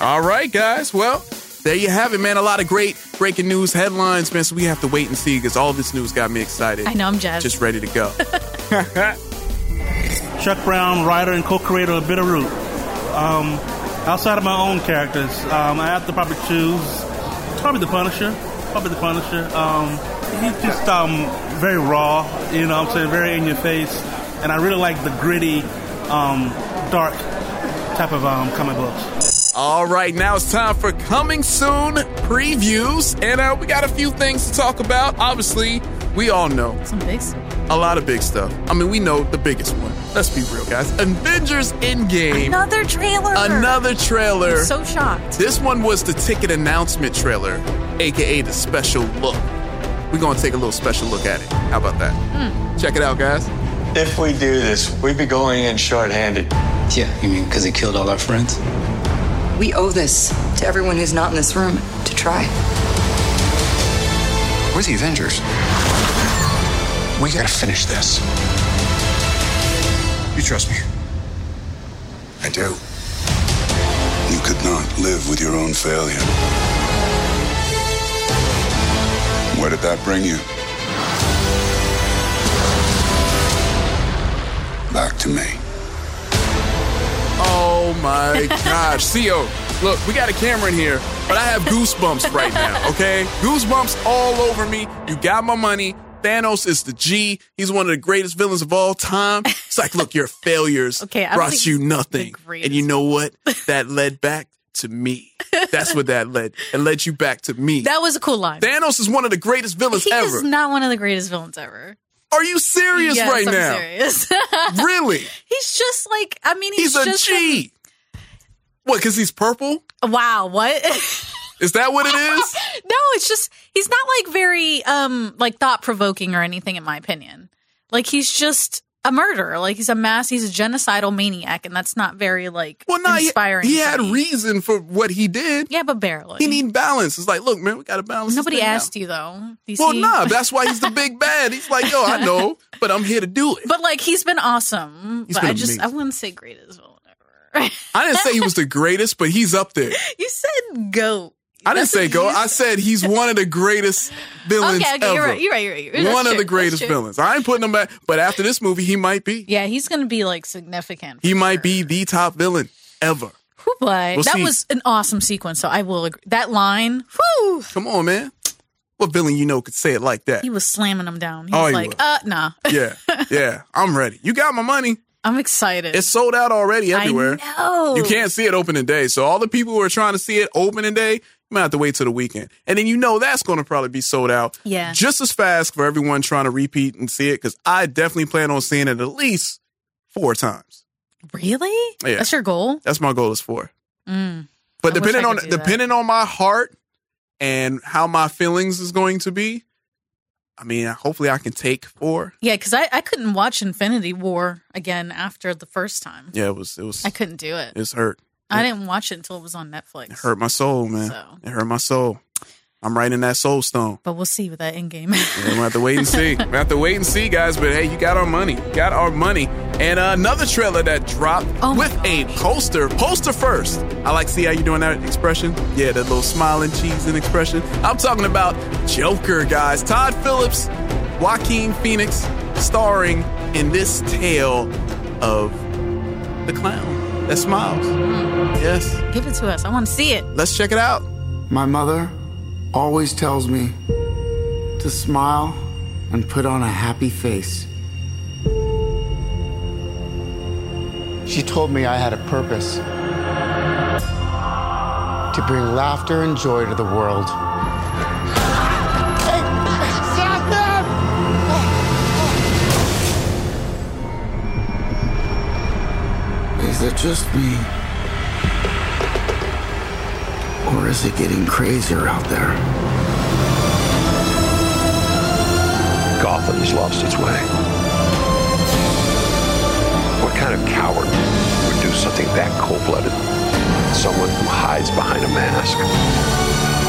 [SPEAKER 4] All right, guys. Well, there you have it, man. A lot of great breaking news headlines, man. So we have to wait and see because all this news got me excited.
[SPEAKER 5] I know I'm jazzed.
[SPEAKER 4] Just ready to go.
[SPEAKER 1] Chuck Brown, writer and co-creator of Bitterroot. Um, outside of my own characters, um, I have to probably choose probably the Punisher. Probably the Punisher. Um, he's just um, very raw, you know. what I'm saying very in your face. and I really like the gritty, um, dark type of um, comic books.
[SPEAKER 4] All right, now it's time for coming soon previews, and uh, we got a few things to talk about. Obviously, we all know
[SPEAKER 5] Some big stuff.
[SPEAKER 4] a lot of big stuff. I mean, we know the biggest one. Let's be real, guys. Avengers Endgame.
[SPEAKER 5] Another trailer.
[SPEAKER 4] Another trailer.
[SPEAKER 5] So shocked.
[SPEAKER 4] This one was the ticket announcement trailer, aka the special look. We're gonna take a little special look at it. How about that?
[SPEAKER 5] Hmm.
[SPEAKER 4] Check it out, guys.
[SPEAKER 9] If we do this, we'd be going in shorthanded.
[SPEAKER 10] Yeah, you mean because they killed all our friends?
[SPEAKER 11] We owe this to everyone who's not in this room to try.
[SPEAKER 9] Where's the Avengers? We gotta finish this. You trust me?
[SPEAKER 6] I do. You could not live with your own failure. Where did that bring you? Back to me.
[SPEAKER 4] Oh my gosh. [LAUGHS] CO, look, we got a camera in here, but I have goosebumps right
[SPEAKER 5] [LAUGHS]
[SPEAKER 4] now, okay? Goosebumps all over me. You got my money. Thanos is the G. He's one of the greatest villains of all time. It's like, look, your failures
[SPEAKER 5] [LAUGHS] Okay, I don't
[SPEAKER 4] brought
[SPEAKER 5] think
[SPEAKER 4] you
[SPEAKER 5] he's the
[SPEAKER 4] nothing.
[SPEAKER 5] greatest.
[SPEAKER 4] And you know what?
[SPEAKER 5] [LAUGHS]
[SPEAKER 4] That led back to me. That's what that led. It led you back to me.
[SPEAKER 5] That was a cool line.
[SPEAKER 4] Thanos is one of the greatest villains
[SPEAKER 5] he
[SPEAKER 4] ever.
[SPEAKER 5] is not one of the greatest villains ever.
[SPEAKER 4] Are you serious
[SPEAKER 5] Yes,
[SPEAKER 4] right
[SPEAKER 5] I'm
[SPEAKER 4] now?
[SPEAKER 5] serious. [LAUGHS]
[SPEAKER 4] Really?
[SPEAKER 5] he's just like I mean he's,
[SPEAKER 4] He's a
[SPEAKER 5] just
[SPEAKER 4] G. What, because he's purple?
[SPEAKER 5] wow, what? [LAUGHS]
[SPEAKER 4] Is that what it is?
[SPEAKER 5] No, it's just he's not like very um like thought provoking or anything in my opinion. Like he's just a murderer. Like he's a mass he's a genocidal maniac and that's not very like
[SPEAKER 4] Well, no, he-
[SPEAKER 5] inspiring.
[SPEAKER 4] He,
[SPEAKER 5] for
[SPEAKER 4] had
[SPEAKER 5] me.
[SPEAKER 4] reason for what he did.
[SPEAKER 5] Yeah, but barely.
[SPEAKER 4] He need balance. It's like, look, man, we got to balance.
[SPEAKER 5] Nobody asked you though. You
[SPEAKER 4] Well,
[SPEAKER 5] see?
[SPEAKER 4] nah, that's why he's the
[SPEAKER 5] [LAUGHS]
[SPEAKER 4] big bad. He's like, yo, I know, but I'm here to do it.
[SPEAKER 5] But like he's been awesome.
[SPEAKER 4] He's
[SPEAKER 5] but
[SPEAKER 4] been
[SPEAKER 5] I just I
[SPEAKER 4] amazing.
[SPEAKER 5] wouldn't say greatest villain ever. [LAUGHS]
[SPEAKER 4] I didn't say he was the greatest, but he's up there.
[SPEAKER 5] you said goat.
[SPEAKER 4] I didn't
[SPEAKER 5] That's
[SPEAKER 4] say
[SPEAKER 5] what
[SPEAKER 4] go.
[SPEAKER 5] you
[SPEAKER 4] I said he's one of the greatest villains
[SPEAKER 5] Okay, okay,
[SPEAKER 4] ever.
[SPEAKER 5] you're right, you're right, you're right. That's
[SPEAKER 4] one
[SPEAKER 5] true,
[SPEAKER 4] of the
[SPEAKER 5] that's
[SPEAKER 4] greatest
[SPEAKER 5] true.
[SPEAKER 4] villains. I ain't putting him back, but after this movie, he might be.
[SPEAKER 5] Yeah, he's gonna be like significant.
[SPEAKER 4] He
[SPEAKER 5] for
[SPEAKER 4] might
[SPEAKER 5] sure.
[SPEAKER 4] be the top villain ever.
[SPEAKER 5] Whew, boy.
[SPEAKER 4] We'll
[SPEAKER 5] that
[SPEAKER 4] see.
[SPEAKER 5] was an awesome sequence. So I will agree. That line, whew,
[SPEAKER 4] Come on, man. What villain you know could say it like that?
[SPEAKER 5] he was slamming them down. He
[SPEAKER 4] Oh,
[SPEAKER 5] was
[SPEAKER 4] he
[SPEAKER 5] like,
[SPEAKER 4] was.
[SPEAKER 5] uh, nah,
[SPEAKER 4] Yeah, yeah. I'm ready. You got my money.
[SPEAKER 5] [LAUGHS] I'm excited.
[SPEAKER 4] It's sold out already everywhere.
[SPEAKER 5] I know.
[SPEAKER 4] You can't see it opening day. So all the people who are trying to see it opening day, you might have to wait till the weekend. And then you know that's going to probably be sold out.
[SPEAKER 5] Yeah.
[SPEAKER 4] Just as fast for everyone trying to repeat and see it because I definitely plan on seeing it at least four times.
[SPEAKER 5] Really?
[SPEAKER 4] Yeah.
[SPEAKER 5] That's your goal?
[SPEAKER 4] That's my goal is four.
[SPEAKER 5] Mm.
[SPEAKER 4] But
[SPEAKER 5] I wish
[SPEAKER 4] depending
[SPEAKER 5] I
[SPEAKER 4] on
[SPEAKER 5] could do that.
[SPEAKER 4] depending on my heart and how my feelings is going to be, I mean, hopefully I can take four.
[SPEAKER 5] Yeah, because I, I couldn't watch Infinity War again after the first time.
[SPEAKER 4] Yeah, it was it was
[SPEAKER 5] I couldn't do it.
[SPEAKER 4] it's hurt.
[SPEAKER 5] I didn't watch it until it was on Netflix.
[SPEAKER 4] It hurt my soul, man.
[SPEAKER 5] So.
[SPEAKER 4] It hurt my soul. I'm writing that soul stone.
[SPEAKER 5] But we'll see with that endgame.
[SPEAKER 4] Yeah, we'll have
[SPEAKER 5] [LAUGHS]
[SPEAKER 4] to wait and see. We'll have to wait and see, guys. But hey, you got our money. You got our money. And uh, another trailer that dropped
[SPEAKER 5] Oh my
[SPEAKER 4] with a poster. Poster first. I like see how you doing that expression. Yeah, that little smiling, cheesing expression. I'm talking about Joker, guys. Todd Phillips, Joaquin Phoenix, starring in this tale of the clown that smiles.
[SPEAKER 5] Mm.
[SPEAKER 4] Yes.
[SPEAKER 5] Give it to us. I want to see it.
[SPEAKER 4] Let's check it out.
[SPEAKER 9] My mother always tells me to smile and put on a happy face. She told me I had a purpose to bring laughter and joy to the world. Is it just me? Or is it getting crazier out there? Gotham's lost its way. What kind of coward would do something that cold blooded? Someone who hides behind a mask.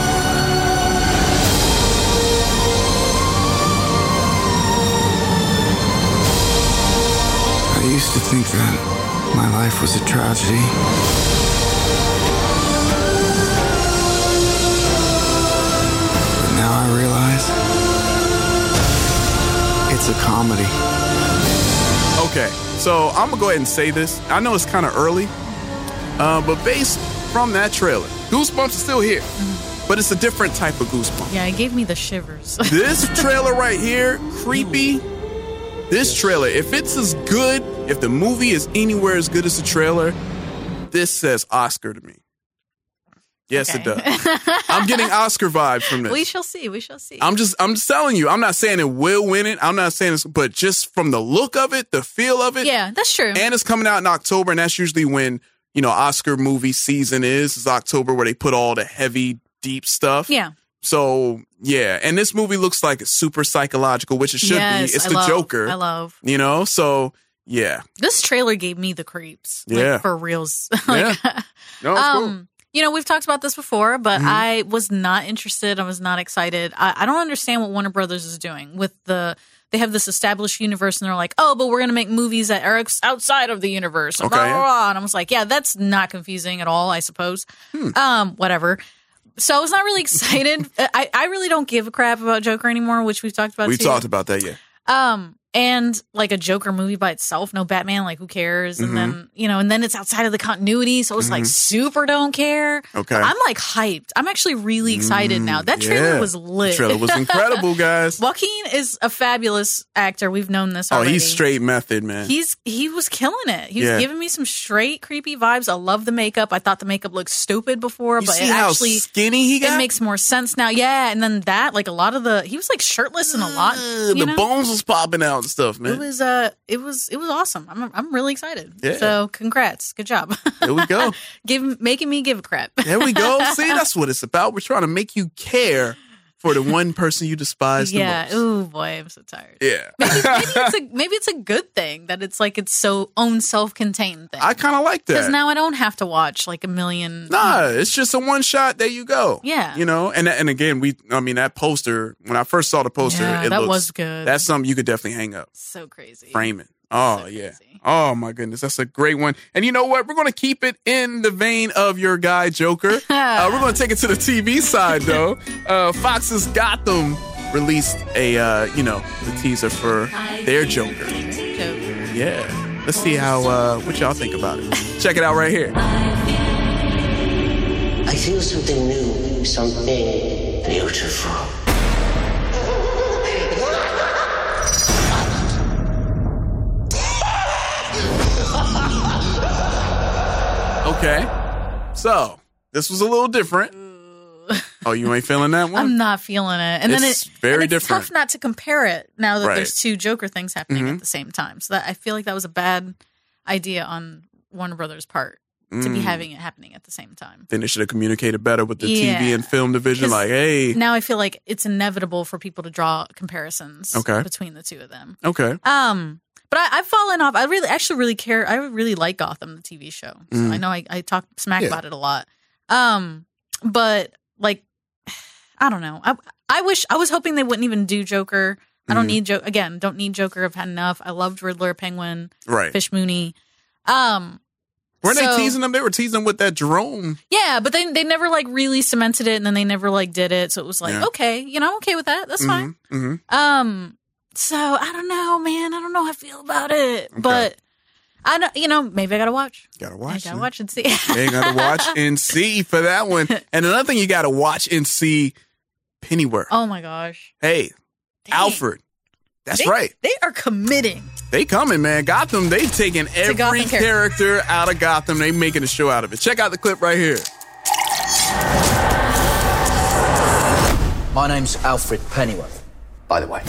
[SPEAKER 9] I used to think that my life was a tragedy. But now I realize it's a comedy.
[SPEAKER 4] Okay, so I'm gonna go ahead and say this. I know it's kind of early, uh, but based from that trailer, Goosebumps is still here, but it's a different type of Goosebumps.
[SPEAKER 5] Yeah, it gave me the shivers.
[SPEAKER 4] This trailer right here, creepy, This trailer, if it's as good, if the movie is anywhere as good as the trailer, this says Oscar to me. Yes, it does.
[SPEAKER 5] [LAUGHS]
[SPEAKER 4] I'm getting Oscar vibes from this.
[SPEAKER 5] We shall see. We shall see.
[SPEAKER 4] I'm just, I'm just telling you. I'm not saying it will win it. I'm not saying this, but just from the look of it, the feel of it,
[SPEAKER 5] yeah, that's true.
[SPEAKER 4] and it's coming out in October, and that's usually when you know Oscar movie season is. Is October where they put all the heavy, deep stuff.
[SPEAKER 5] yeah.
[SPEAKER 4] So yeah, and this movie looks like it's super psychological, which it should
[SPEAKER 5] Yes,
[SPEAKER 4] be. It's
[SPEAKER 5] I
[SPEAKER 4] the
[SPEAKER 5] love-
[SPEAKER 4] Joker.
[SPEAKER 5] I love.
[SPEAKER 4] You know, so yeah,
[SPEAKER 5] This trailer gave me the creeps. Like,
[SPEAKER 4] Yeah.
[SPEAKER 5] for reals. [LAUGHS]
[SPEAKER 4] yeah.
[SPEAKER 5] like,
[SPEAKER 4] No, it's cool.
[SPEAKER 5] Oh
[SPEAKER 4] Mm-hmm.
[SPEAKER 5] um, you know, we've talked about this before, but I was not interested. I was not excited. I, I don't understand what Warner Brothers is doing with the. They have this established universe, and they're like, "Oh, but we're going to make movies that are ex- outside of the universe." and Blah,
[SPEAKER 4] Okay.
[SPEAKER 5] blah, blah. And I was like, "Yeah, that's not confusing at all, I suppose."
[SPEAKER 4] Hmm.
[SPEAKER 5] Um, whatever. So I was not really [LAUGHS] excited. I, I really don't give a crap about Joker anymore, which we've talked about.
[SPEAKER 4] We've
[SPEAKER 5] too.
[SPEAKER 4] talked about that. Yeah,
[SPEAKER 5] Um, and like a Joker movie by itself, no Batman, like who cares? And
[SPEAKER 4] Mm-hmm.
[SPEAKER 5] then, you know, and then it's outside of the continuity. So it's like super don't care.
[SPEAKER 4] Okay.
[SPEAKER 5] I'm like hyped. I'm actually really excited now. That trailer
[SPEAKER 4] Mm, yeah.
[SPEAKER 5] was lit.
[SPEAKER 4] The trailer was incredible, guys.
[SPEAKER 5] [LAUGHS] Joaquin is a fabulous actor. We've known this
[SPEAKER 4] oh,
[SPEAKER 5] already.
[SPEAKER 4] he's straight method, man.
[SPEAKER 5] He's he was killing it. He was
[SPEAKER 4] Yeah.
[SPEAKER 5] giving me some straight creepy vibes. I love the makeup. I thought the makeup looked stupid before,
[SPEAKER 4] you
[SPEAKER 5] but
[SPEAKER 4] see
[SPEAKER 5] it
[SPEAKER 4] how
[SPEAKER 5] actually
[SPEAKER 4] skinny he got?
[SPEAKER 5] it makes more sense now. Yeah, and then that like a lot of the he was like shirtless and a lot.
[SPEAKER 4] Ugh,
[SPEAKER 5] you
[SPEAKER 4] Uh, the
[SPEAKER 5] know?
[SPEAKER 4] bones was popping out and stuff,
[SPEAKER 5] It
[SPEAKER 4] man.
[SPEAKER 5] was uh it was it was awesome. I'm I'm really excited.
[SPEAKER 4] Yeah.
[SPEAKER 5] So congrats. Good job. [LAUGHS]
[SPEAKER 4] There we go.
[SPEAKER 5] give making me give a crap.
[SPEAKER 4] There we go. See, that's what it's about. We're trying to make you care for the one person you despise
[SPEAKER 5] yeah.
[SPEAKER 4] the most.
[SPEAKER 5] Ooh boy, I'm so tired.
[SPEAKER 4] Yeah.
[SPEAKER 5] [LAUGHS] maybe it's a maybe it's a good thing that it's like it's so own self contained thing.
[SPEAKER 4] I kind of like
[SPEAKER 5] Because
[SPEAKER 4] that.
[SPEAKER 5] now I don't have to watch like a million
[SPEAKER 4] nah, it's just a one shot. There you go.
[SPEAKER 5] Yeah.
[SPEAKER 4] You know, and and again, we, I mean, that poster, when I first saw the poster,
[SPEAKER 5] Yeah,
[SPEAKER 4] it
[SPEAKER 5] that
[SPEAKER 4] looks-
[SPEAKER 5] was good.
[SPEAKER 4] That's something you could definitely hang up.
[SPEAKER 5] so crazy.
[SPEAKER 4] Framing. Oh,
[SPEAKER 5] So
[SPEAKER 4] yeah.
[SPEAKER 5] crazy.
[SPEAKER 4] Oh, my goodness. That's a great one. And you know what? We're going to keep it in the vein of your guy,
[SPEAKER 5] [LAUGHS]
[SPEAKER 4] Joker. uh, we're going to take it to the TV side, though. Uh, Fox's Gotham released a, uh, you know, the teaser for their Joker.
[SPEAKER 5] Joke.
[SPEAKER 4] Yeah. Let's see how, uh, what y'all think about it. Check it out right here.
[SPEAKER 12] I feel something new, something beautiful.
[SPEAKER 4] Okay. So, this was a little different. Oh, you ain't feeling that one?
[SPEAKER 5] [LAUGHS] I'm not feeling it. And then
[SPEAKER 4] It's
[SPEAKER 5] it,
[SPEAKER 4] very
[SPEAKER 5] and it's
[SPEAKER 4] different.
[SPEAKER 5] tough not to compare it now that
[SPEAKER 4] Right. Mm-hmm.
[SPEAKER 5] there's two Joker things happening at the same time. So that I feel like that was a bad idea on Warner Brothers' part to
[SPEAKER 4] Mm.
[SPEAKER 5] be having it happening at the same time.
[SPEAKER 4] then they should have communicated better with the TV
[SPEAKER 5] Yeah.
[SPEAKER 4] and film division.
[SPEAKER 5] 'Cause
[SPEAKER 4] Like, hey,
[SPEAKER 5] Now I feel like it's inevitable for people to draw comparisons
[SPEAKER 4] Okay.
[SPEAKER 5] between the two of them.
[SPEAKER 4] okay.
[SPEAKER 5] Um, but I, I've fallen off. I really, actually, really care. I really like Gotham, the TV show. So I know I, I talk smack
[SPEAKER 4] Mm-hmm. Yeah.
[SPEAKER 5] about it a lot. Um, but like, I don't know. I I wish I was hoping they wouldn't even do Joker. I
[SPEAKER 4] Mm-hmm.
[SPEAKER 5] don't need Joker again. Don't need Joker. I've had enough. I loved Riddler, Penguin,
[SPEAKER 4] Right.
[SPEAKER 5] Fish Mooney. Um,
[SPEAKER 4] Weren't
[SPEAKER 5] So-
[SPEAKER 4] they teasing them? They were teasing them with that Jerome.
[SPEAKER 5] yeah, but they they never like really cemented it, and then they never like did it. So it was like,
[SPEAKER 4] Yeah.
[SPEAKER 5] okay, you know, I'm okay with that. That's fine.
[SPEAKER 4] hmm
[SPEAKER 5] Um, so I don't know, man. I don't know how I feel about it, but I don't. You know, maybe I gotta watch.
[SPEAKER 4] Gotta watch.
[SPEAKER 5] I gotta
[SPEAKER 4] man.
[SPEAKER 5] watch and see. [LAUGHS]
[SPEAKER 4] They gotta watch and see for that one. And another thing you gotta watch and see, Pennyworth.
[SPEAKER 5] oh my gosh,
[SPEAKER 4] Hey,
[SPEAKER 5] Dang.
[SPEAKER 4] Alfred. That's
[SPEAKER 5] They-
[SPEAKER 4] right.
[SPEAKER 5] They are committing.
[SPEAKER 4] They coming, man. Gotham. They've taken every
[SPEAKER 5] Gotham character.
[SPEAKER 4] character out of Gotham. They making a show out of it. Check out the clip right here.
[SPEAKER 10] My name's Alfred Pennyworth, by the way.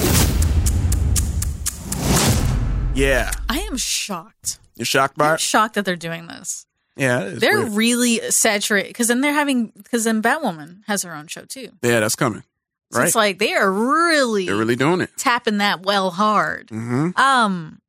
[SPEAKER 4] Yeah,
[SPEAKER 5] I am shocked.
[SPEAKER 4] you're shocked by
[SPEAKER 5] I'm
[SPEAKER 4] it.
[SPEAKER 5] shocked that they're doing this.
[SPEAKER 4] Yeah, it is
[SPEAKER 5] They're
[SPEAKER 4] weird.
[SPEAKER 5] really saturated because then they're having because then Batwoman has her own show too.
[SPEAKER 4] yeah, that's coming.
[SPEAKER 5] So
[SPEAKER 4] Right.
[SPEAKER 5] it's like they are really,
[SPEAKER 4] They're really doing it.
[SPEAKER 5] tapping that well hard.
[SPEAKER 4] Mm-hmm.
[SPEAKER 5] Um,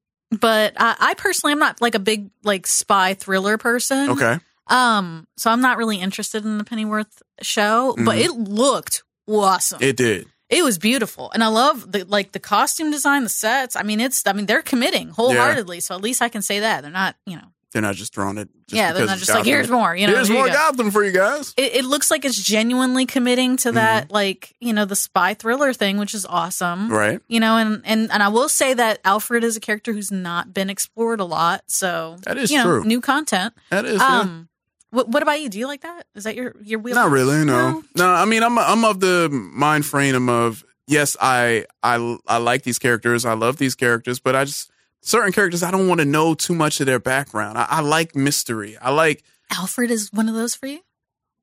[SPEAKER 5] but I, I personally, I'm not like a big like spy thriller person.
[SPEAKER 4] Okay.
[SPEAKER 5] Um, so I'm not really interested in the Pennyworth show, but it looked awesome. It,
[SPEAKER 4] Mm-hmm. It did.
[SPEAKER 5] was beautiful, and I love the like the costume design, the sets. I mean, it's I mean they're committing wholeheartedly, so at least I can say that they're not you know
[SPEAKER 4] They're not just throwing it. Just
[SPEAKER 5] Yeah, they're
[SPEAKER 4] because
[SPEAKER 5] not
[SPEAKER 4] it's
[SPEAKER 5] just like,
[SPEAKER 4] Gotham.
[SPEAKER 5] "Here's more," you know,
[SPEAKER 4] here's
[SPEAKER 5] here you
[SPEAKER 4] more
[SPEAKER 5] go.
[SPEAKER 4] Gotham for you guys.
[SPEAKER 5] it, it looks like it's genuinely committing to that
[SPEAKER 4] Mm-hmm.
[SPEAKER 5] like you know the spy thriller thing which is awesome
[SPEAKER 4] Right.
[SPEAKER 5] you know and and and i will say that alfred is a character who's not been explored a lot so
[SPEAKER 4] That is
[SPEAKER 5] you know,
[SPEAKER 4] true.
[SPEAKER 5] new content
[SPEAKER 4] That is. yeah.
[SPEAKER 5] um what, what about you do you like that is that your your wheel
[SPEAKER 4] Not really, no. no. I mean, I'm I'm of the mind frame of yes, I I I like these characters. I love these characters, but I just certain characters I don't want to know too much of their background. I, I like mystery. I like
[SPEAKER 5] Alfred is one of those for you?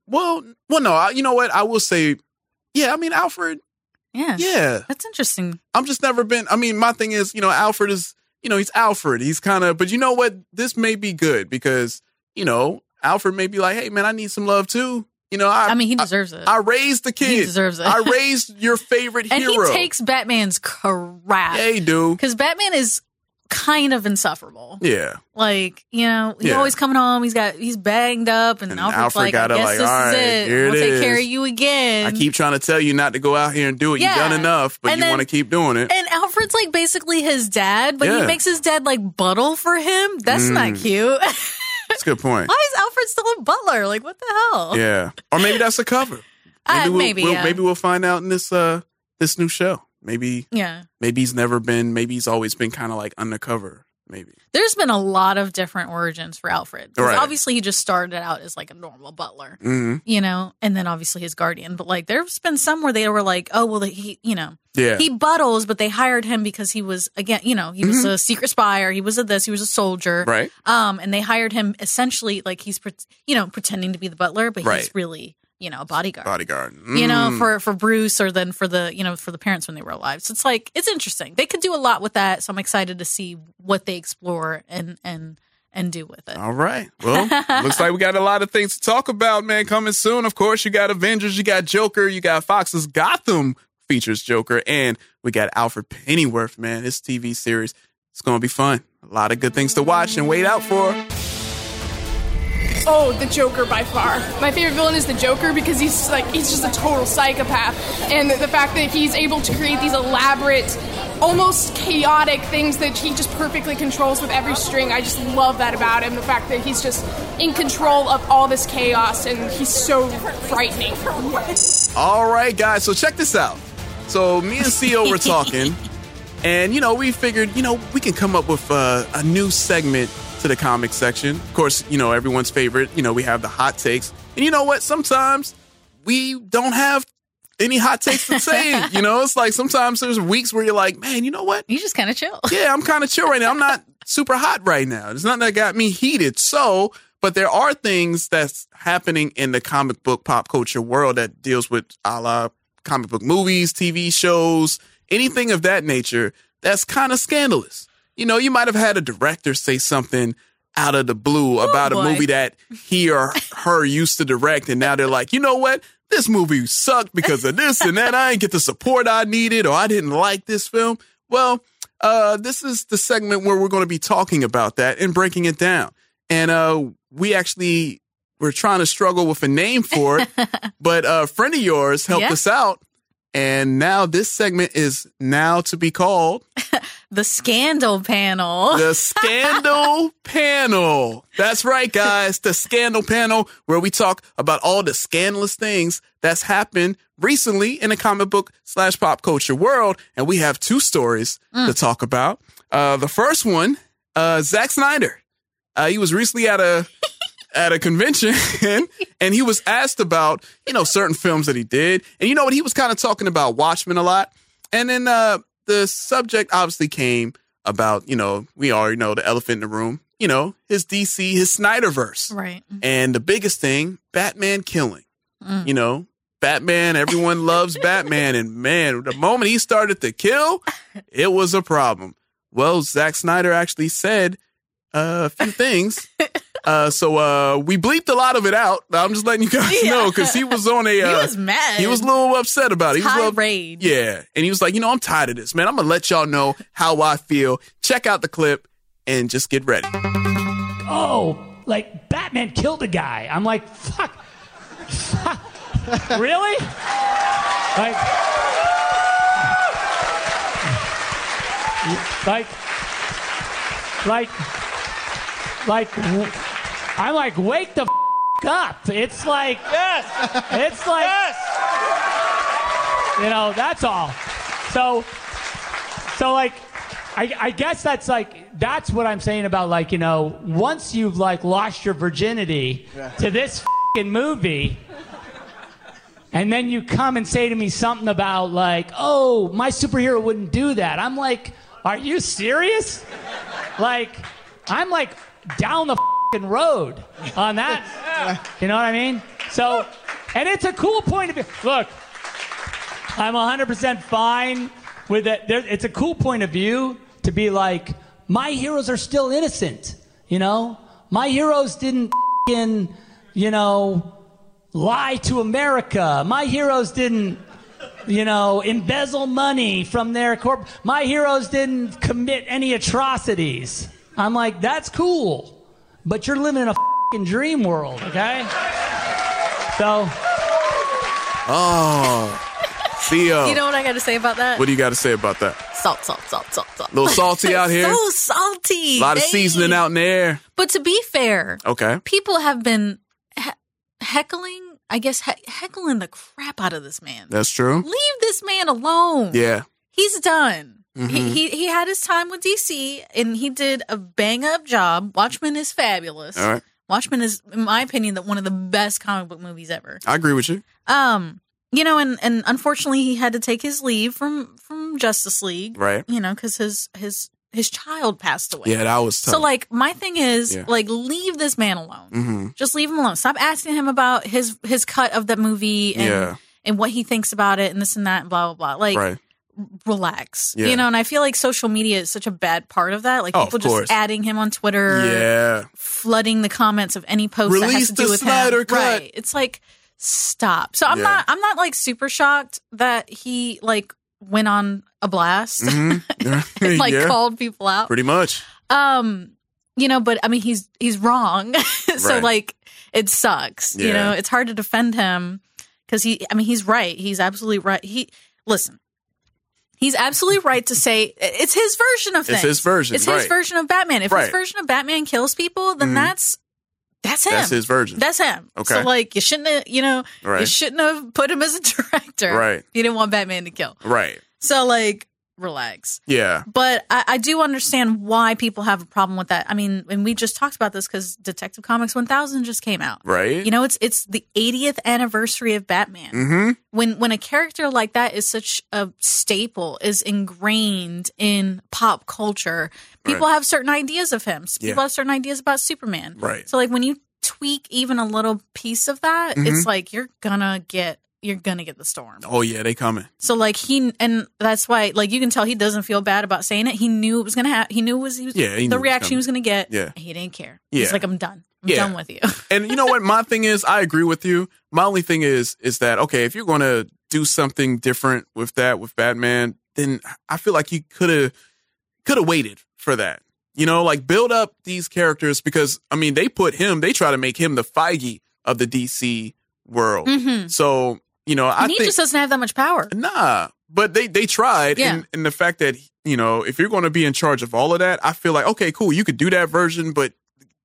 [SPEAKER 4] well, well, no, I, you know what? I will say, yeah. I mean, Alfred.
[SPEAKER 5] Yeah.
[SPEAKER 4] Yeah.
[SPEAKER 5] That's interesting.
[SPEAKER 4] I'm just never been. I mean, my thing is, you know, Alfred is, you know, he's Alfred. He's kind of, but you know what? This may be good because, you know, Alfred may be like, hey, man, I need some love too. You know, I,
[SPEAKER 5] I mean, he deserves it.
[SPEAKER 4] I raised the kid.
[SPEAKER 5] He deserves it. [LAUGHS]
[SPEAKER 4] I raised your favorite
[SPEAKER 5] and
[SPEAKER 4] hero.
[SPEAKER 5] he takes Batman's crap.
[SPEAKER 4] Hey, dude.
[SPEAKER 5] Because Batman is kind of insufferable.
[SPEAKER 4] Yeah.
[SPEAKER 5] Like, you know, he's
[SPEAKER 4] Yeah.
[SPEAKER 5] always coming home. He's got, he's banged up. And, Alfred's
[SPEAKER 4] Alfred
[SPEAKER 5] like,
[SPEAKER 4] gotta
[SPEAKER 5] I guess
[SPEAKER 4] like,
[SPEAKER 5] this
[SPEAKER 4] all right,
[SPEAKER 5] is it.
[SPEAKER 4] here it is.
[SPEAKER 5] we'll take care of you again.
[SPEAKER 4] I keep trying to tell you not to go out here and do it.
[SPEAKER 5] Yeah.
[SPEAKER 4] You've done enough, but
[SPEAKER 5] And
[SPEAKER 4] you
[SPEAKER 5] then-
[SPEAKER 4] want to keep doing it.
[SPEAKER 5] and Alfred's like basically his dad, but
[SPEAKER 4] Yeah.
[SPEAKER 5] he makes his dad like buttle for him. That's not
[SPEAKER 4] Mm.
[SPEAKER 5] cute. [LAUGHS]
[SPEAKER 4] That's a good point.
[SPEAKER 5] Why is Alfred still a butler? Like, what the hell?
[SPEAKER 4] Yeah. Or maybe that's a cover.
[SPEAKER 5] Oh. Uh,
[SPEAKER 4] we'll,
[SPEAKER 5] maybe,
[SPEAKER 4] we'll,
[SPEAKER 5] yeah.
[SPEAKER 4] maybe we'll find out in this uh this new show. Maybe
[SPEAKER 5] Yeah.
[SPEAKER 4] maybe he's never been maybe he's always been kind of like undercover maybe
[SPEAKER 5] There's been a lot of different origins for Alfred. 'Cause
[SPEAKER 4] Right.
[SPEAKER 5] Obviously, he just started out as like a normal butler,
[SPEAKER 4] Mhm.
[SPEAKER 5] you know, and then obviously his guardian. But like, there's been some where they were like, oh, well, he, you know,
[SPEAKER 4] Yeah.
[SPEAKER 5] he buttles, but they hired him because he was, again, you know, he was
[SPEAKER 4] Mhm.
[SPEAKER 5] a secret spy or he was a this, he was a soldier.
[SPEAKER 4] Right.
[SPEAKER 5] Um, and they hired him essentially like he's, pre- you know, pretending to be the butler, but
[SPEAKER 4] Right.
[SPEAKER 5] he's really, you know, a bodyguard.
[SPEAKER 4] bodyguard
[SPEAKER 5] you know,
[SPEAKER 4] Mm.
[SPEAKER 5] for for Bruce or then for the you know for the parents when they were alive. So it's like it's interesting. They could do a lot with that. So I'm excited to see what they explore and and and do with it.
[SPEAKER 4] all right well looks like we got a lot of things to talk about man coming soon of course you got avengers you got joker you got fox's gotham features joker and we got alfred pennyworth man this tv series it's gonna be fun a lot of good things to watch and wait out for
[SPEAKER 13] Oh, the Joker by far. My favorite villain is the Joker because he's like he's just a total psychopath, and the fact that he's able to create these elaborate, almost chaotic things that he just perfectly controls with every string. I just love that about him. The fact that he's just in control of all this chaos, and he's so frightening.
[SPEAKER 4] All right, guys. So check this out. So me and CEO were talking, and you know we figured you know we can come up with uh, a new segment to the comic section. Of course, you know everyone's favorite. You know we have the hot takes, and you know what? Sometimes we don't have any hot takes to say. you know, it's like sometimes there's weeks where you're like, man, you know what?
[SPEAKER 5] You just kind of chill. [LAUGHS]
[SPEAKER 4] [LAUGHS] yeah, I'm kind of chill right now. I'm not super hot right now. There's nothing that got me heated. So, but there are things that's happening in the comic book pop culture world that deals with a la comic book movies, TV shows, anything of that nature that's kind of scandalous. You know, you might have had a director say something out of the blue about a
[SPEAKER 14] boy.
[SPEAKER 4] movie that he or her used to direct, and now they're like, you know what? This movie sucked because of this and that. I didn't get the support I needed, or I didn't like this film. Well, uh, this is the segment where we're going to be talking about that and breaking it down. And uh, we actually were trying to struggle with a name for it, but a friend of yours helped
[SPEAKER 5] Yeah.
[SPEAKER 4] us out. And now this segment is now to be called
[SPEAKER 5] The scandal panel.
[SPEAKER 4] the Scandal Panel. That's right, guys. The Scandal Panel, where we talk about all the scandalous things that's happened recently in the comic book slash pop culture world. And we have two stories
[SPEAKER 14] Mm.
[SPEAKER 4] to talk about. Uh, the first one, uh, Zack Snyder. Uh, he was recently at a at a convention [LAUGHS] and he was asked about you know certain films that he did and you know what he was kind of talking about watchmen a lot and then uh the subject obviously came about you know we already know the elephant in the room you know his dc his snyderverse
[SPEAKER 5] right.
[SPEAKER 4] and the biggest thing batman killing
[SPEAKER 5] Mm.
[SPEAKER 4] you know batman everyone
[SPEAKER 5] [LAUGHS]
[SPEAKER 4] loves batman and man the moment he started to kill it was a problem well Zack snyder actually said uh, a few
[SPEAKER 5] [LAUGHS]
[SPEAKER 4] things uh, so uh, we bleeped a lot of it out i'm just letting you guys know because he was on a uh,
[SPEAKER 5] he was mad.
[SPEAKER 4] he was a little upset about it. He was a little-
[SPEAKER 5] Tirade.
[SPEAKER 4] Yeah. And he was like, you know, I'm tired of this, man. I'm going to let y'all know how I feel. Check out the clip and just get ready.
[SPEAKER 15] oh, like Batman killed a guy. I'm like, fuck. fuck. really? Like, like, like, like, w- I'm like, wake the f- up. It's like, yes. It's like, yes. You know, that's all. So, so like I, I guess that's like that's what i'm saying about like you know once you've like lost your virginity to this fing movie And then you come and say to me something about, like, oh, my superhero wouldn't do that. I'm like, are you serious? Like, I'm like down the fing road on that. You know what I mean? So, and it's a cool point of view. Look, I'm 100% fine with it. There, it's a cool point of view to be like, my heroes are still innocent, you know? My heroes didn't fing, you know, lie to America. My heroes didn't, you know, embezzle money from their corp. My heroes didn't commit any atrocities. I'm like, that's cool, but you're living in a fing dream world, okay? So.
[SPEAKER 5] [LAUGHS]
[SPEAKER 4] Oh, Theo.
[SPEAKER 5] You know what I got to say about
[SPEAKER 4] [LAUGHS]
[SPEAKER 5] that?
[SPEAKER 4] what do you got to say about that?
[SPEAKER 5] Salt, salt, salt, salt, salt.
[SPEAKER 4] A little
[SPEAKER 5] [LAUGHS]
[SPEAKER 4] salty out here.
[SPEAKER 5] so salty.
[SPEAKER 4] A lot of
[SPEAKER 5] Hey.
[SPEAKER 4] seasoning out Oh. in the air.
[SPEAKER 5] But to be fair,
[SPEAKER 4] Okay.
[SPEAKER 5] people have been he- heckling, I guess, he- heckling the crap out of this man.
[SPEAKER 4] That's true.
[SPEAKER 5] Leave this man alone.
[SPEAKER 4] Yeah.
[SPEAKER 5] He's done. He,
[SPEAKER 4] Mhm.
[SPEAKER 5] he he had his time with DC and he did a bang up job. Watchmen is fabulous.
[SPEAKER 4] All right.
[SPEAKER 5] Watchmen is, in my opinion, that one of the best comic book movies ever.
[SPEAKER 4] I agree with you.
[SPEAKER 5] Um, you know, and and unfortunately, he had to take his leave from from Justice League,
[SPEAKER 4] Right.
[SPEAKER 5] You know, because his his his child passed away.
[SPEAKER 4] Yeah, that was tough.
[SPEAKER 5] So like, my thing is
[SPEAKER 4] Yeah.
[SPEAKER 5] like, leave this man alone.
[SPEAKER 4] Mm-hmm.
[SPEAKER 5] Just leave him alone. Stop asking him about his his cut of that movie and
[SPEAKER 4] Yeah.
[SPEAKER 5] and what he thinks about it and this and that and blah blah blah. Like,
[SPEAKER 4] right.
[SPEAKER 5] relax.
[SPEAKER 4] Yeah.
[SPEAKER 5] You know, and I feel like social media is such a bad part of that. Like
[SPEAKER 4] Oh, of
[SPEAKER 5] people
[SPEAKER 4] course.
[SPEAKER 5] just adding him on Twitter, [LAUGHS]
[SPEAKER 4] Yeah.
[SPEAKER 5] flooding the comments of any post that
[SPEAKER 4] Release
[SPEAKER 5] has to
[SPEAKER 4] the
[SPEAKER 5] do with
[SPEAKER 4] Snyder
[SPEAKER 5] him.
[SPEAKER 4] Cut.
[SPEAKER 5] Right. It's like stop. So I'm
[SPEAKER 4] Yeah.
[SPEAKER 5] not I'm not like super shocked that he like went on a blast
[SPEAKER 4] Mm-hmm. [LAUGHS]
[SPEAKER 5] and [LAUGHS] like
[SPEAKER 4] yeah.
[SPEAKER 5] called people out.
[SPEAKER 4] Pretty much.
[SPEAKER 5] Um you know, but I mean he's he's wrong. [LAUGHS] so
[SPEAKER 4] Right.
[SPEAKER 5] like it sucks. You
[SPEAKER 4] Yeah.
[SPEAKER 5] know, it's hard to defend him cuz he I mean he's right. He's absolutely right. He listen. He's absolutely right to say it's his version of
[SPEAKER 4] It's
[SPEAKER 5] things.
[SPEAKER 4] his version,
[SPEAKER 5] It's his
[SPEAKER 4] right.
[SPEAKER 5] version of Batman. If
[SPEAKER 4] Right.
[SPEAKER 5] his version of Batman kills people, then
[SPEAKER 4] Mhm.
[SPEAKER 5] that's that's him.
[SPEAKER 4] That's his version.
[SPEAKER 5] That's him.
[SPEAKER 4] Okay.
[SPEAKER 5] So like you shouldn't have, you know, you
[SPEAKER 4] Right.
[SPEAKER 5] shouldn't have put him as a [LAUGHS] director.
[SPEAKER 4] Right.
[SPEAKER 5] You didn't want Batman to kill.
[SPEAKER 4] Right.
[SPEAKER 5] So like relax.
[SPEAKER 4] Yeah.
[SPEAKER 5] But I, I do understand why people have a problem with that. I mean, and we just talked about this because Detective Comics 1000 just came out.
[SPEAKER 4] Right.
[SPEAKER 5] You know, it's it's the 80th anniversary of Batman.
[SPEAKER 4] Mm-hmm.
[SPEAKER 5] When when a character like that is such a staple, is ingrained in pop culture, people
[SPEAKER 4] Right.
[SPEAKER 5] have certain ideas of him.
[SPEAKER 4] Yeah.
[SPEAKER 5] People have certain ideas about Superman.
[SPEAKER 4] Right.
[SPEAKER 5] So like when you tweak even a little piece of that,
[SPEAKER 4] Mhm.
[SPEAKER 5] it's like you're gonna get you're gonna get the storm.
[SPEAKER 4] Oh yeah, they coming.
[SPEAKER 5] So like he and that's why like you can tell he doesn't feel bad about saying it. He knew it was gonna happen. He knew it was, he was
[SPEAKER 4] Yeah, he knew it
[SPEAKER 5] the
[SPEAKER 4] was
[SPEAKER 5] reaction
[SPEAKER 4] coming.
[SPEAKER 5] he was gonna get.
[SPEAKER 4] Yeah.
[SPEAKER 5] he didn't care.
[SPEAKER 4] Yeah.
[SPEAKER 5] He's like I'm done. I'm
[SPEAKER 4] Yeah.
[SPEAKER 5] done with you. [LAUGHS]
[SPEAKER 4] And you know what? My thing is, I agree with you. My only thing is, is that okay? If you're going to do something different with that, with Batman, then I feel like you could have, could have waited for that. You know, like build up these characters because I mean, they put him, they try to make him the Feige of the DC world.
[SPEAKER 5] Mhm.
[SPEAKER 4] So you know, I
[SPEAKER 5] and he
[SPEAKER 4] think
[SPEAKER 5] just doesn't have that much power.
[SPEAKER 4] Nah, but they they tried,
[SPEAKER 5] Yeah.
[SPEAKER 4] and, and the fact that you know, if you're going to be in charge of all of that, I feel like okay, cool, you could do that version, but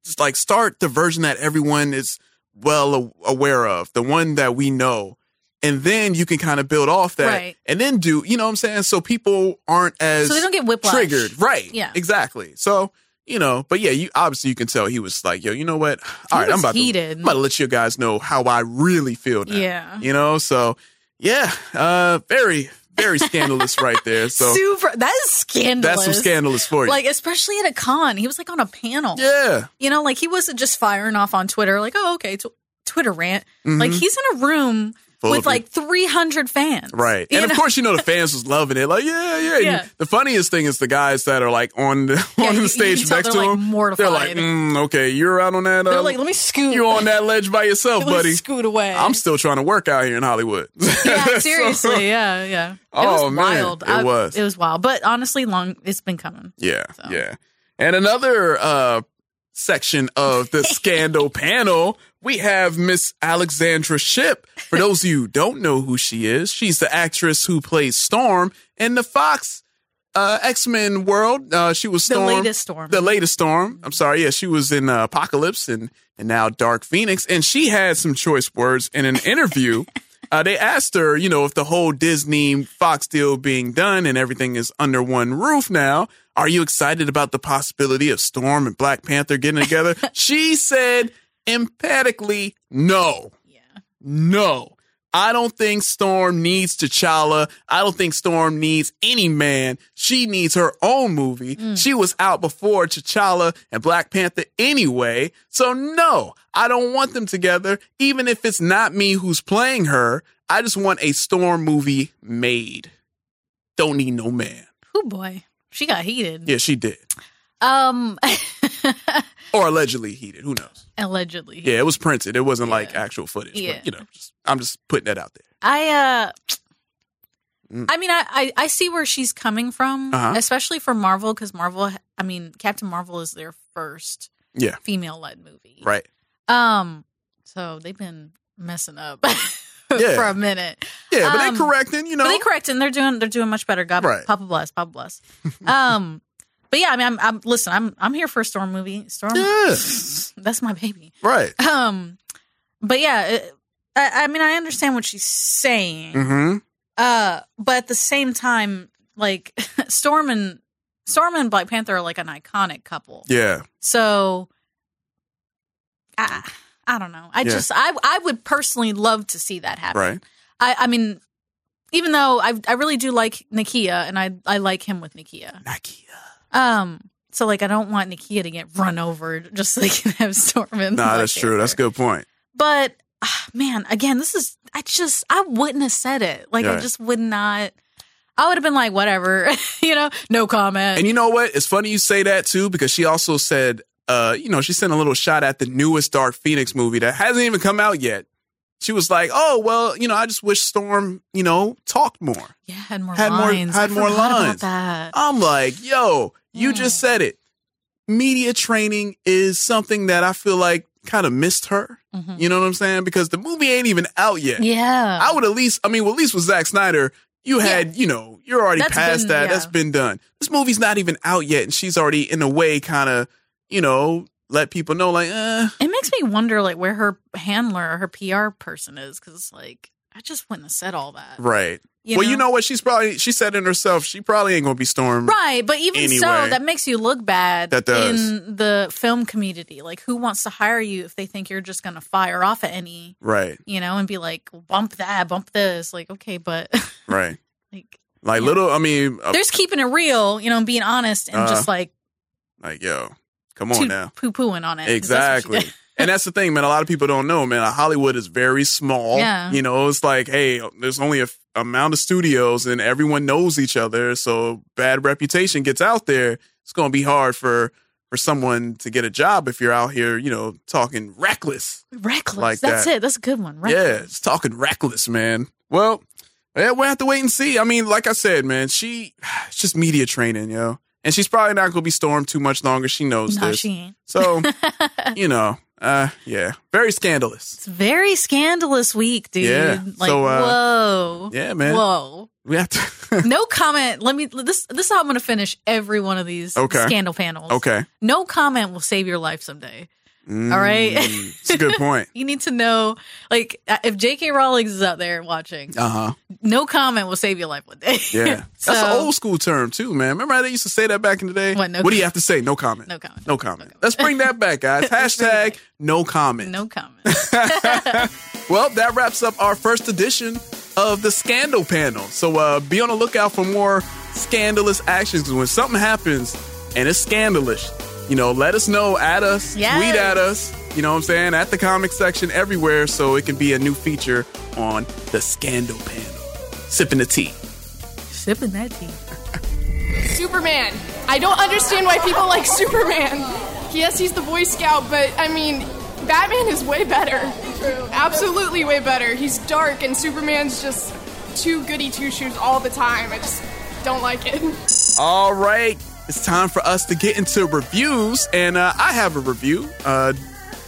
[SPEAKER 4] just like start the version that everyone is well a- aware of, the one that we know, and then you can kind of build off that,
[SPEAKER 5] Right.
[SPEAKER 4] and then do you know what I'm saying? So people aren't as
[SPEAKER 5] So they don't get whiplash.
[SPEAKER 4] triggered, right?
[SPEAKER 5] Yeah.
[SPEAKER 4] exactly. So. You know, but yeah, you obviously you can tell he was like, yo, you know what? All right,
[SPEAKER 5] was
[SPEAKER 4] I'm about
[SPEAKER 5] heated.
[SPEAKER 4] to I'm about to let you guys know how I really feel now.
[SPEAKER 5] Yeah.
[SPEAKER 4] You know, so yeah, uh, very, very
[SPEAKER 5] [LAUGHS]
[SPEAKER 4] scandalous right there. So
[SPEAKER 5] Super. That is scandalous.
[SPEAKER 4] that's some scandalous for you.
[SPEAKER 5] Like especially at a con, he was like on a panel.
[SPEAKER 4] yeah.
[SPEAKER 5] You know, like he wasn't just firing off on Twitter. Like oh okay, tw- Twitter rant.
[SPEAKER 4] Mhm.
[SPEAKER 5] Like he's in a room
[SPEAKER 4] Full
[SPEAKER 5] with
[SPEAKER 4] of people.
[SPEAKER 5] like 300 fans.
[SPEAKER 4] Right.
[SPEAKER 5] You
[SPEAKER 4] And of
[SPEAKER 5] know?
[SPEAKER 4] course, you know, the fans was loving it. Like, yeah, yeah. And
[SPEAKER 5] Yeah.
[SPEAKER 4] The funniest thing is the guys that are like on the, on
[SPEAKER 5] you-
[SPEAKER 4] the
[SPEAKER 5] you
[SPEAKER 4] stage
[SPEAKER 5] can tell
[SPEAKER 4] next
[SPEAKER 5] they're,
[SPEAKER 4] to
[SPEAKER 5] like,
[SPEAKER 4] him. They're like,
[SPEAKER 5] mortified.
[SPEAKER 4] mm, okay, you're out on that.
[SPEAKER 5] They're
[SPEAKER 4] um,
[SPEAKER 5] like, let me scoot.
[SPEAKER 4] you on that ledge by yourself,
[SPEAKER 5] [LAUGHS] Let me
[SPEAKER 4] buddy.
[SPEAKER 5] scoot away.
[SPEAKER 4] I'm still trying to work out here in Hollywood. [LAUGHS]
[SPEAKER 5] Yeah, seriously. yeah, yeah. It
[SPEAKER 4] Oh,
[SPEAKER 5] was
[SPEAKER 4] man,
[SPEAKER 5] wild.
[SPEAKER 4] it was.
[SPEAKER 5] It was wild. But honestly, long it's been coming.
[SPEAKER 4] Yeah, yeah. And another uh, section of the scandal panel, we have Miss Alexandra Ship. For those of you who don't know who she is, she's the actress who plays Storm in the Fox uh, X Men world. Uh, she was
[SPEAKER 5] The
[SPEAKER 4] Storm,
[SPEAKER 5] latest Storm.
[SPEAKER 4] the latest Storm. I'm sorry, yeah, she was in uh, Apocalypse and and now Dark Phoenix, and she had some choice words in an
[SPEAKER 5] [LAUGHS]
[SPEAKER 4] interview. Uh, they asked her, you know, if the whole Disney Fox deal being done and everything is under one roof now, are you excited about the possibility of Storm and Black Panther getting
[SPEAKER 5] [LAUGHS]
[SPEAKER 4] together? she said emphatically, no. No. I don't think Storm needs T'Challa. I don't think Storm needs any man. She needs her own movie.
[SPEAKER 5] Mm.
[SPEAKER 4] She was out before T'Challa and Black Panther anyway. So no, I don't want them together. Even if it's not me who's playing her, I just want a Storm movie made. Don't need no man.
[SPEAKER 5] Oh boy, she got heated.
[SPEAKER 4] Yeah, she did.
[SPEAKER 5] Um, [LAUGHS]
[SPEAKER 4] Or allegedly heated. Who knows?
[SPEAKER 5] allegedly.
[SPEAKER 4] Yeah, it was printed. It wasn't like actual footage.
[SPEAKER 5] Yeah.
[SPEAKER 4] But, you know, just, I'm just putting that out there.
[SPEAKER 5] I uh
[SPEAKER 4] Mm.
[SPEAKER 5] I mean I, I I see where she's coming from,
[SPEAKER 4] Uh-huh.
[SPEAKER 5] especially for Marvel cuz Marvel I mean Captain Marvel is their first
[SPEAKER 4] Yeah.
[SPEAKER 5] female led movie.
[SPEAKER 4] Right.
[SPEAKER 5] Um so they've been messing up [LAUGHS]
[SPEAKER 4] Yeah.
[SPEAKER 5] for a minute.
[SPEAKER 4] Yeah, but they
[SPEAKER 5] Um,
[SPEAKER 4] correcting, you
[SPEAKER 5] but
[SPEAKER 4] know.
[SPEAKER 5] they correcting. They're doing they're doing much better. God
[SPEAKER 4] Right.
[SPEAKER 5] Papa bless,
[SPEAKER 4] [LAUGHS]
[SPEAKER 5] Papa bless. um but yeah, I mean I'm, I'm listen, I'm I'm here for a Storm movie. Storm
[SPEAKER 4] Yes.
[SPEAKER 5] [LAUGHS] That's my baby.
[SPEAKER 4] Right.
[SPEAKER 5] Um, but yeah, it- I, I mean, I understand what she's saying.
[SPEAKER 4] Mm-hmm.
[SPEAKER 5] Uh, but at the same time, like [LAUGHS] Storm and Storm and Black Panther are like an iconic couple.
[SPEAKER 4] Yeah.
[SPEAKER 5] So, I, I don't know. I
[SPEAKER 4] Yeah.
[SPEAKER 5] just I I would personally love to see that happen.
[SPEAKER 4] Right.
[SPEAKER 5] I I mean, even though I I really do like Nakia and I I like him with Nakia.
[SPEAKER 4] Nakia.
[SPEAKER 5] Um. So like I don't want Nakia to get run over just so they can have Storm and
[SPEAKER 4] Nah,
[SPEAKER 5] Black
[SPEAKER 4] that's true. That's a good point.
[SPEAKER 5] but ah, man, again, this is I just I wouldn't have said it. Like I
[SPEAKER 4] Right.
[SPEAKER 5] just would not. I would have been like, whatever, [LAUGHS] you know, no comment.
[SPEAKER 4] And you know what? It's funny you say that too, because she also said, uh, you know, she sent a little shot at the newest Dark Phoenix movie that hasn't even come out yet. She was like, "Oh well, you know, I just wish Storm, you know, talked more."
[SPEAKER 5] yeah, had more
[SPEAKER 4] had more-
[SPEAKER 5] lines.
[SPEAKER 4] had
[SPEAKER 5] I
[SPEAKER 4] more
[SPEAKER 5] forgot about
[SPEAKER 4] lines.
[SPEAKER 5] that.
[SPEAKER 4] I'm like, "Yo, you just said it." Media training is something that I feel like kind of missed her.
[SPEAKER 5] Mhm.
[SPEAKER 4] You know what I'm saying? Because the movie ain't even out yet.
[SPEAKER 5] Yeah.
[SPEAKER 4] I would at least, I mean, well, at least with Zack Snyder, you had, you know, you're already
[SPEAKER 5] That's
[SPEAKER 4] past
[SPEAKER 5] been-
[SPEAKER 4] that.
[SPEAKER 5] yeah.
[SPEAKER 4] That's been done. This movie's not even out yet, and she's already, in a way, kind of, you know, let people know, like, eh.
[SPEAKER 5] it makes me wonder, like, where her handler or her PR person is, because it's like I just wouldn't have said all that.
[SPEAKER 4] Right.
[SPEAKER 5] You
[SPEAKER 4] well, you
[SPEAKER 5] know?
[SPEAKER 4] know what? She's probably, she said it herself, she probably ain't going to be Storm.
[SPEAKER 5] Right, but even so,
[SPEAKER 4] Anyway.
[SPEAKER 5] that makes you look bad
[SPEAKER 4] That does.
[SPEAKER 5] in the film community. Like, who wants to hire you if they think you're just going to fire off at any
[SPEAKER 4] Right.
[SPEAKER 5] you know, and be like, bump that, bump this. Like, okay, but [LAUGHS]
[SPEAKER 4] Right.
[SPEAKER 5] Like-
[SPEAKER 4] like little, I mean, uh,
[SPEAKER 5] there's keeping it real, you know, and being honest and just
[SPEAKER 4] Uh,
[SPEAKER 5] like
[SPEAKER 4] like, yo, come on now.
[SPEAKER 5] poo pooing on it. 'cause [LAUGHS] that's what
[SPEAKER 4] Exactly.
[SPEAKER 5] she did.
[SPEAKER 4] and that's the thing, man. A lot of people don't know, man. Hollywood is very small.
[SPEAKER 5] Yeah.
[SPEAKER 4] You know, it's like, hey, there's only a f- amount of studios and everyone knows each other. So bad reputation gets out there. It's going to be hard for for someone to get a job if you're out here, you know, talking reckless.
[SPEAKER 5] Reckless.
[SPEAKER 4] Like
[SPEAKER 5] that's
[SPEAKER 4] that.
[SPEAKER 5] it. That's a good one. Reckless.
[SPEAKER 4] Yeah, it's talking reckless, man. Well, yeah, we'll have to wait and see. I mean, like I said, man, she [SIGHS] it's just media training, yo. And she's probably not going to be stormed too much longer. She knows
[SPEAKER 5] No,
[SPEAKER 4] this.
[SPEAKER 5] she ain't. [LAUGHS]
[SPEAKER 4] So, you know, uh, yeah, very scandalous.
[SPEAKER 5] It's a very scandalous week, dude.
[SPEAKER 4] Yeah,
[SPEAKER 5] Like,
[SPEAKER 4] so, uh,
[SPEAKER 5] whoa.
[SPEAKER 4] yeah, man.
[SPEAKER 5] Whoa.
[SPEAKER 4] We have to.
[SPEAKER 5] [LAUGHS]
[SPEAKER 4] [LAUGHS]
[SPEAKER 5] No comment. Let me. This. This is how I'm going to finish every one of these
[SPEAKER 4] Okay.
[SPEAKER 5] scandal panels.
[SPEAKER 4] Okay.
[SPEAKER 5] No comment will save your life someday.
[SPEAKER 4] Mm,
[SPEAKER 5] All right.
[SPEAKER 4] It's a good point.
[SPEAKER 5] [LAUGHS] You need to know, like, uh, if J.K. Rowling is out there watching,
[SPEAKER 4] Uh huh.
[SPEAKER 5] no comment will save your life one day. [LAUGHS]
[SPEAKER 4] Yeah.
[SPEAKER 5] so,
[SPEAKER 4] That's an old school term, too, man. Remember how they used to say that back in the day?
[SPEAKER 5] What, no
[SPEAKER 4] do you
[SPEAKER 5] com-
[SPEAKER 4] have to say? No comment.
[SPEAKER 5] no comment.
[SPEAKER 4] No comment. Let's bring that back, guys.
[SPEAKER 5] [LAUGHS]
[SPEAKER 4] Hashtag no comment.
[SPEAKER 5] No comment.
[SPEAKER 4] [LAUGHS] Well, that wraps up our first edition of the Scandal Panel. So uh, be on the lookout for more scandalous actions. 'Cause When something happens and it's scandalous, you know, let us know, at us,
[SPEAKER 5] Yes.
[SPEAKER 4] tweet at us. You know what I'm saying? At the comic section everywhere, so it can be a new feature on the Scandal Panel. Sipping the tea.
[SPEAKER 5] Sipping that tea.
[SPEAKER 13] [LAUGHS] Superman. I don't understand why people like Superman. Yes, he's the Boy Scout, but I mean, Batman is way better. Absolutely way better. He's dark, and Superman's just too goody two shoes all the time. I just don't like it.
[SPEAKER 4] All right, it's time for us to get into reviews, and uh, I have a review, uh,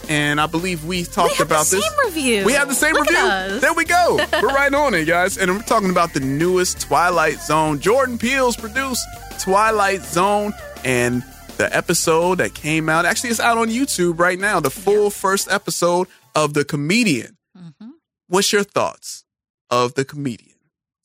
[SPEAKER 4] and I believe we talked
[SPEAKER 5] have the
[SPEAKER 4] about this.
[SPEAKER 5] same review.
[SPEAKER 4] We have the same
[SPEAKER 5] Look at
[SPEAKER 4] review.
[SPEAKER 5] us.
[SPEAKER 4] There we
[SPEAKER 5] [LAUGHS]
[SPEAKER 4] go. We're right on it, guys, and we're talking about the newest Twilight Zone. Jordan Peele's produced Twilight Zone, and the episode that came out actually it's out on YouTube right now. The full first episode of the comedian.
[SPEAKER 5] Mm-hmm.
[SPEAKER 4] What's your thoughts of the comedian?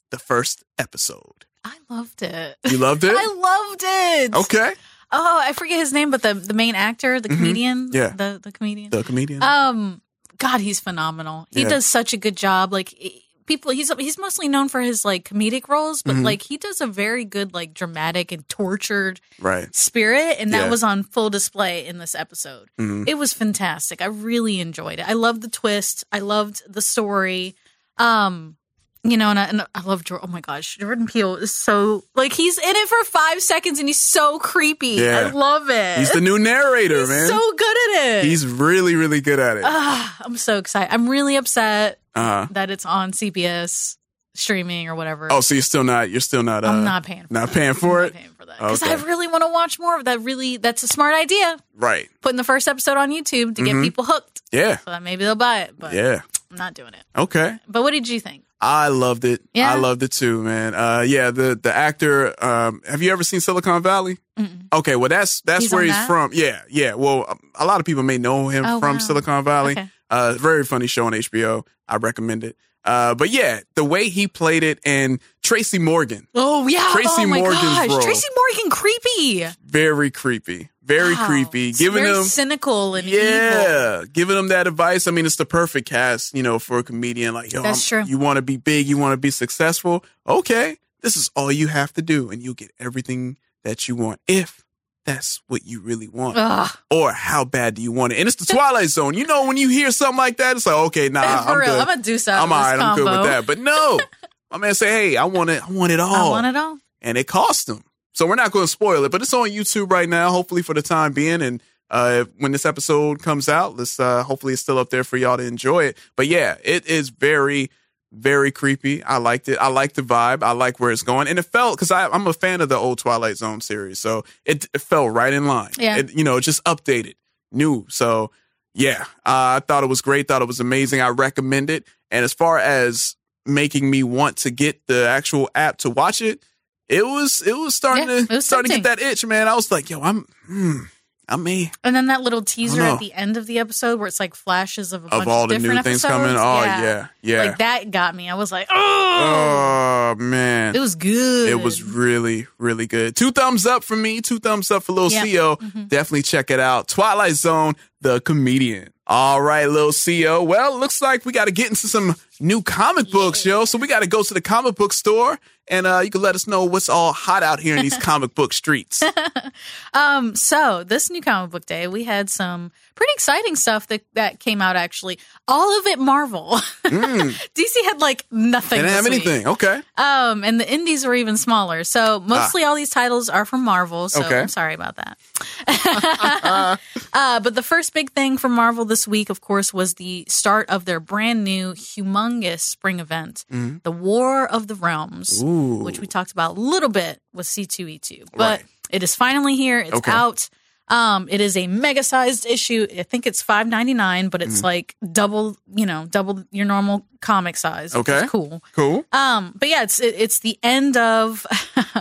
[SPEAKER 4] The first episode.
[SPEAKER 5] I loved it.
[SPEAKER 4] You loved
[SPEAKER 5] [LAUGHS]
[SPEAKER 4] it?
[SPEAKER 5] I loved it.
[SPEAKER 4] Okay.
[SPEAKER 5] Oh, I forget his name, but the the main actor, the
[SPEAKER 4] Mhm.
[SPEAKER 5] comedian,
[SPEAKER 4] Yeah.
[SPEAKER 5] the the comedian,
[SPEAKER 4] The comedian.
[SPEAKER 5] Um, God, he's phenomenal. He
[SPEAKER 4] Yeah.
[SPEAKER 5] does such a good job. Like, i- people he's he's mostly known for his like comedic roles, but
[SPEAKER 4] Mhm.
[SPEAKER 5] like he does a very good like dramatic and tortured
[SPEAKER 4] Right.
[SPEAKER 5] spirit and that
[SPEAKER 4] Yeah.
[SPEAKER 5] was on full display in this episode.
[SPEAKER 4] Mhm.
[SPEAKER 5] It was fantastic. I really enjoyed it. I loved the twist. I loved the story. Um you know, and I, and I love Jordan. Oh my gosh, Jordan Peele is so like he's in it for five seconds and he's so creepy.
[SPEAKER 4] Yeah.
[SPEAKER 5] I love it.
[SPEAKER 4] He's the new narrator,
[SPEAKER 5] He's
[SPEAKER 4] man.
[SPEAKER 5] so good at it.
[SPEAKER 4] He's really, really good at it.
[SPEAKER 5] Ah, I'm so excited. I'm really upset
[SPEAKER 4] Uh-huh.
[SPEAKER 5] that it's on CBS streaming or whatever.
[SPEAKER 4] Oh, so you're still not. You're still not. Uh,
[SPEAKER 5] I'm not paying for
[SPEAKER 4] not paying for it.
[SPEAKER 5] because
[SPEAKER 4] okay.
[SPEAKER 5] I really want to watch more of that. Really, that's a smart idea.
[SPEAKER 4] right.
[SPEAKER 5] Putting the first episode on YouTube to get
[SPEAKER 4] Mhm.
[SPEAKER 5] people hooked.
[SPEAKER 4] Yeah.
[SPEAKER 5] So that maybe they'll buy it, but
[SPEAKER 4] Yeah.
[SPEAKER 5] I'm not doing it.
[SPEAKER 4] Okay.
[SPEAKER 5] But what did you think?
[SPEAKER 4] I loved it.
[SPEAKER 5] Yeah.
[SPEAKER 4] I loved it too, man. Uh, yeah, the the actor. Um, have you ever seen Silicon Valley? Okay, well that's that's
[SPEAKER 14] He's
[SPEAKER 4] where
[SPEAKER 14] on
[SPEAKER 4] he's
[SPEAKER 14] that?
[SPEAKER 4] from. Yeah, yeah. Well, um, a- a lot of people may know him
[SPEAKER 14] Oh,
[SPEAKER 4] from
[SPEAKER 14] wow.
[SPEAKER 4] Silicon Valley.
[SPEAKER 14] Okay.
[SPEAKER 4] Uh, very funny show on HBO. I recommend it. Uh, but yeah, the way he played it and Tracy Morgan,
[SPEAKER 5] Oh yeah,
[SPEAKER 4] Tracy
[SPEAKER 5] oh my
[SPEAKER 4] Morgan's
[SPEAKER 5] gosh,
[SPEAKER 4] role.
[SPEAKER 5] Tracy Morgan, creepy,
[SPEAKER 4] very creepy, very
[SPEAKER 5] Wow.
[SPEAKER 4] creepy.
[SPEAKER 5] It's
[SPEAKER 4] Giving
[SPEAKER 5] very
[SPEAKER 4] him
[SPEAKER 5] cynical and evil.
[SPEAKER 4] yeah, giving them that advice. I mean, it's the perfect cast, you know, for a comedian. Like, yo,
[SPEAKER 5] That's
[SPEAKER 4] I'm-
[SPEAKER 5] true.
[SPEAKER 4] You want to be big, you want to be successful. Okay, this is all you have to do, and you'll get everything that you want if that's what you really want.
[SPEAKER 5] Ugh.
[SPEAKER 4] Or how bad do you want it? And it's the Twilight Zone. You know, when you hear something like that, it's like,
[SPEAKER 5] [LAUGHS]
[SPEAKER 4] okay, nah,
[SPEAKER 5] For
[SPEAKER 4] I'm
[SPEAKER 5] real,
[SPEAKER 4] good.
[SPEAKER 5] I'm gonna do something
[SPEAKER 4] I'm
[SPEAKER 5] with
[SPEAKER 4] all
[SPEAKER 5] this
[SPEAKER 4] right. I'm good with
[SPEAKER 5] combo.
[SPEAKER 4] that. Oh. But
[SPEAKER 5] [LAUGHS]
[SPEAKER 4] no, my man say, hey, I want it. I want it all
[SPEAKER 5] I want it all.
[SPEAKER 4] and it cost them. So we're not going to spoil it, but it's on YouTube right now. Hopefully for the time being, and uh, when this episode comes out, let's uh, hopefully it's still up there for y'all to enjoy it. But yeah, it is very, very creepy. I liked it. I like the vibe. I like where it's going, and it felt because I'm a fan of the old Twilight Zone series, so it, it fell right in line.
[SPEAKER 14] Yeah.
[SPEAKER 4] It, you know, just updated, new. So yeah, uh, I thought it was great. Thought it was amazing. I recommend it. And as far as making me want to get the actual app to watch it, it was it was starting to starting to get that itch, man. I was like, yo, I'm hmm, I may
[SPEAKER 5] And then that little teaser
[SPEAKER 4] know.
[SPEAKER 5] at the end of the episode where it's like flashes of a bunch
[SPEAKER 4] of all
[SPEAKER 5] of
[SPEAKER 4] the
[SPEAKER 5] different
[SPEAKER 4] new things
[SPEAKER 5] episodes.
[SPEAKER 4] coming. Oh yeah, yeah.
[SPEAKER 5] Like that got me. I was like, oh,
[SPEAKER 4] Oh man,
[SPEAKER 5] It was good.
[SPEAKER 4] It was really, really good. Two thumbs up for me. Two thumbs up for Lil
[SPEAKER 5] Yeah.
[SPEAKER 4] Co. Definitely check it out. Twilight Zone, the comedian. All right, Lil Co. Well, looks like we got to get into some new comic books, yo. So we got to go to the comic book store, and uh, you can let us know what's all hot out here in
[SPEAKER 5] [LAUGHS]
[SPEAKER 4] these comic book streets.
[SPEAKER 5] Um, so this new comic book day, we had some pretty exciting stuff that that came out. Actually, all of it Marvel. [LAUGHS] DC had like nothing.
[SPEAKER 4] They Hmm. didn't
[SPEAKER 5] this
[SPEAKER 4] have
[SPEAKER 5] week.
[SPEAKER 4] anything. Okay.
[SPEAKER 5] Um, and the indies were even smaller. So mostly
[SPEAKER 16] Ah.
[SPEAKER 5] all these titles are from Marvel. So
[SPEAKER 4] Okay.
[SPEAKER 5] I'm sorry about that. [LAUGHS] uh, but the first big thing from Marvel this week, of course, was the start of their brand new humongous spring event,
[SPEAKER 16] Mhm.
[SPEAKER 5] the War of the Realms,
[SPEAKER 16] Ooh.
[SPEAKER 5] which we talked about a little bit with C2E2. But
[SPEAKER 16] Right.
[SPEAKER 5] it is finally here. It's
[SPEAKER 16] Okay.
[SPEAKER 5] out. Um, it is a mega sized issue. I think it's five ninety nine, but it's
[SPEAKER 16] Mhm.
[SPEAKER 5] like double, you know, double your normal comic size. which is
[SPEAKER 4] Okay.
[SPEAKER 5] cool.
[SPEAKER 4] Cool.
[SPEAKER 5] Um, but yeah, it's it, it's the end of [LAUGHS]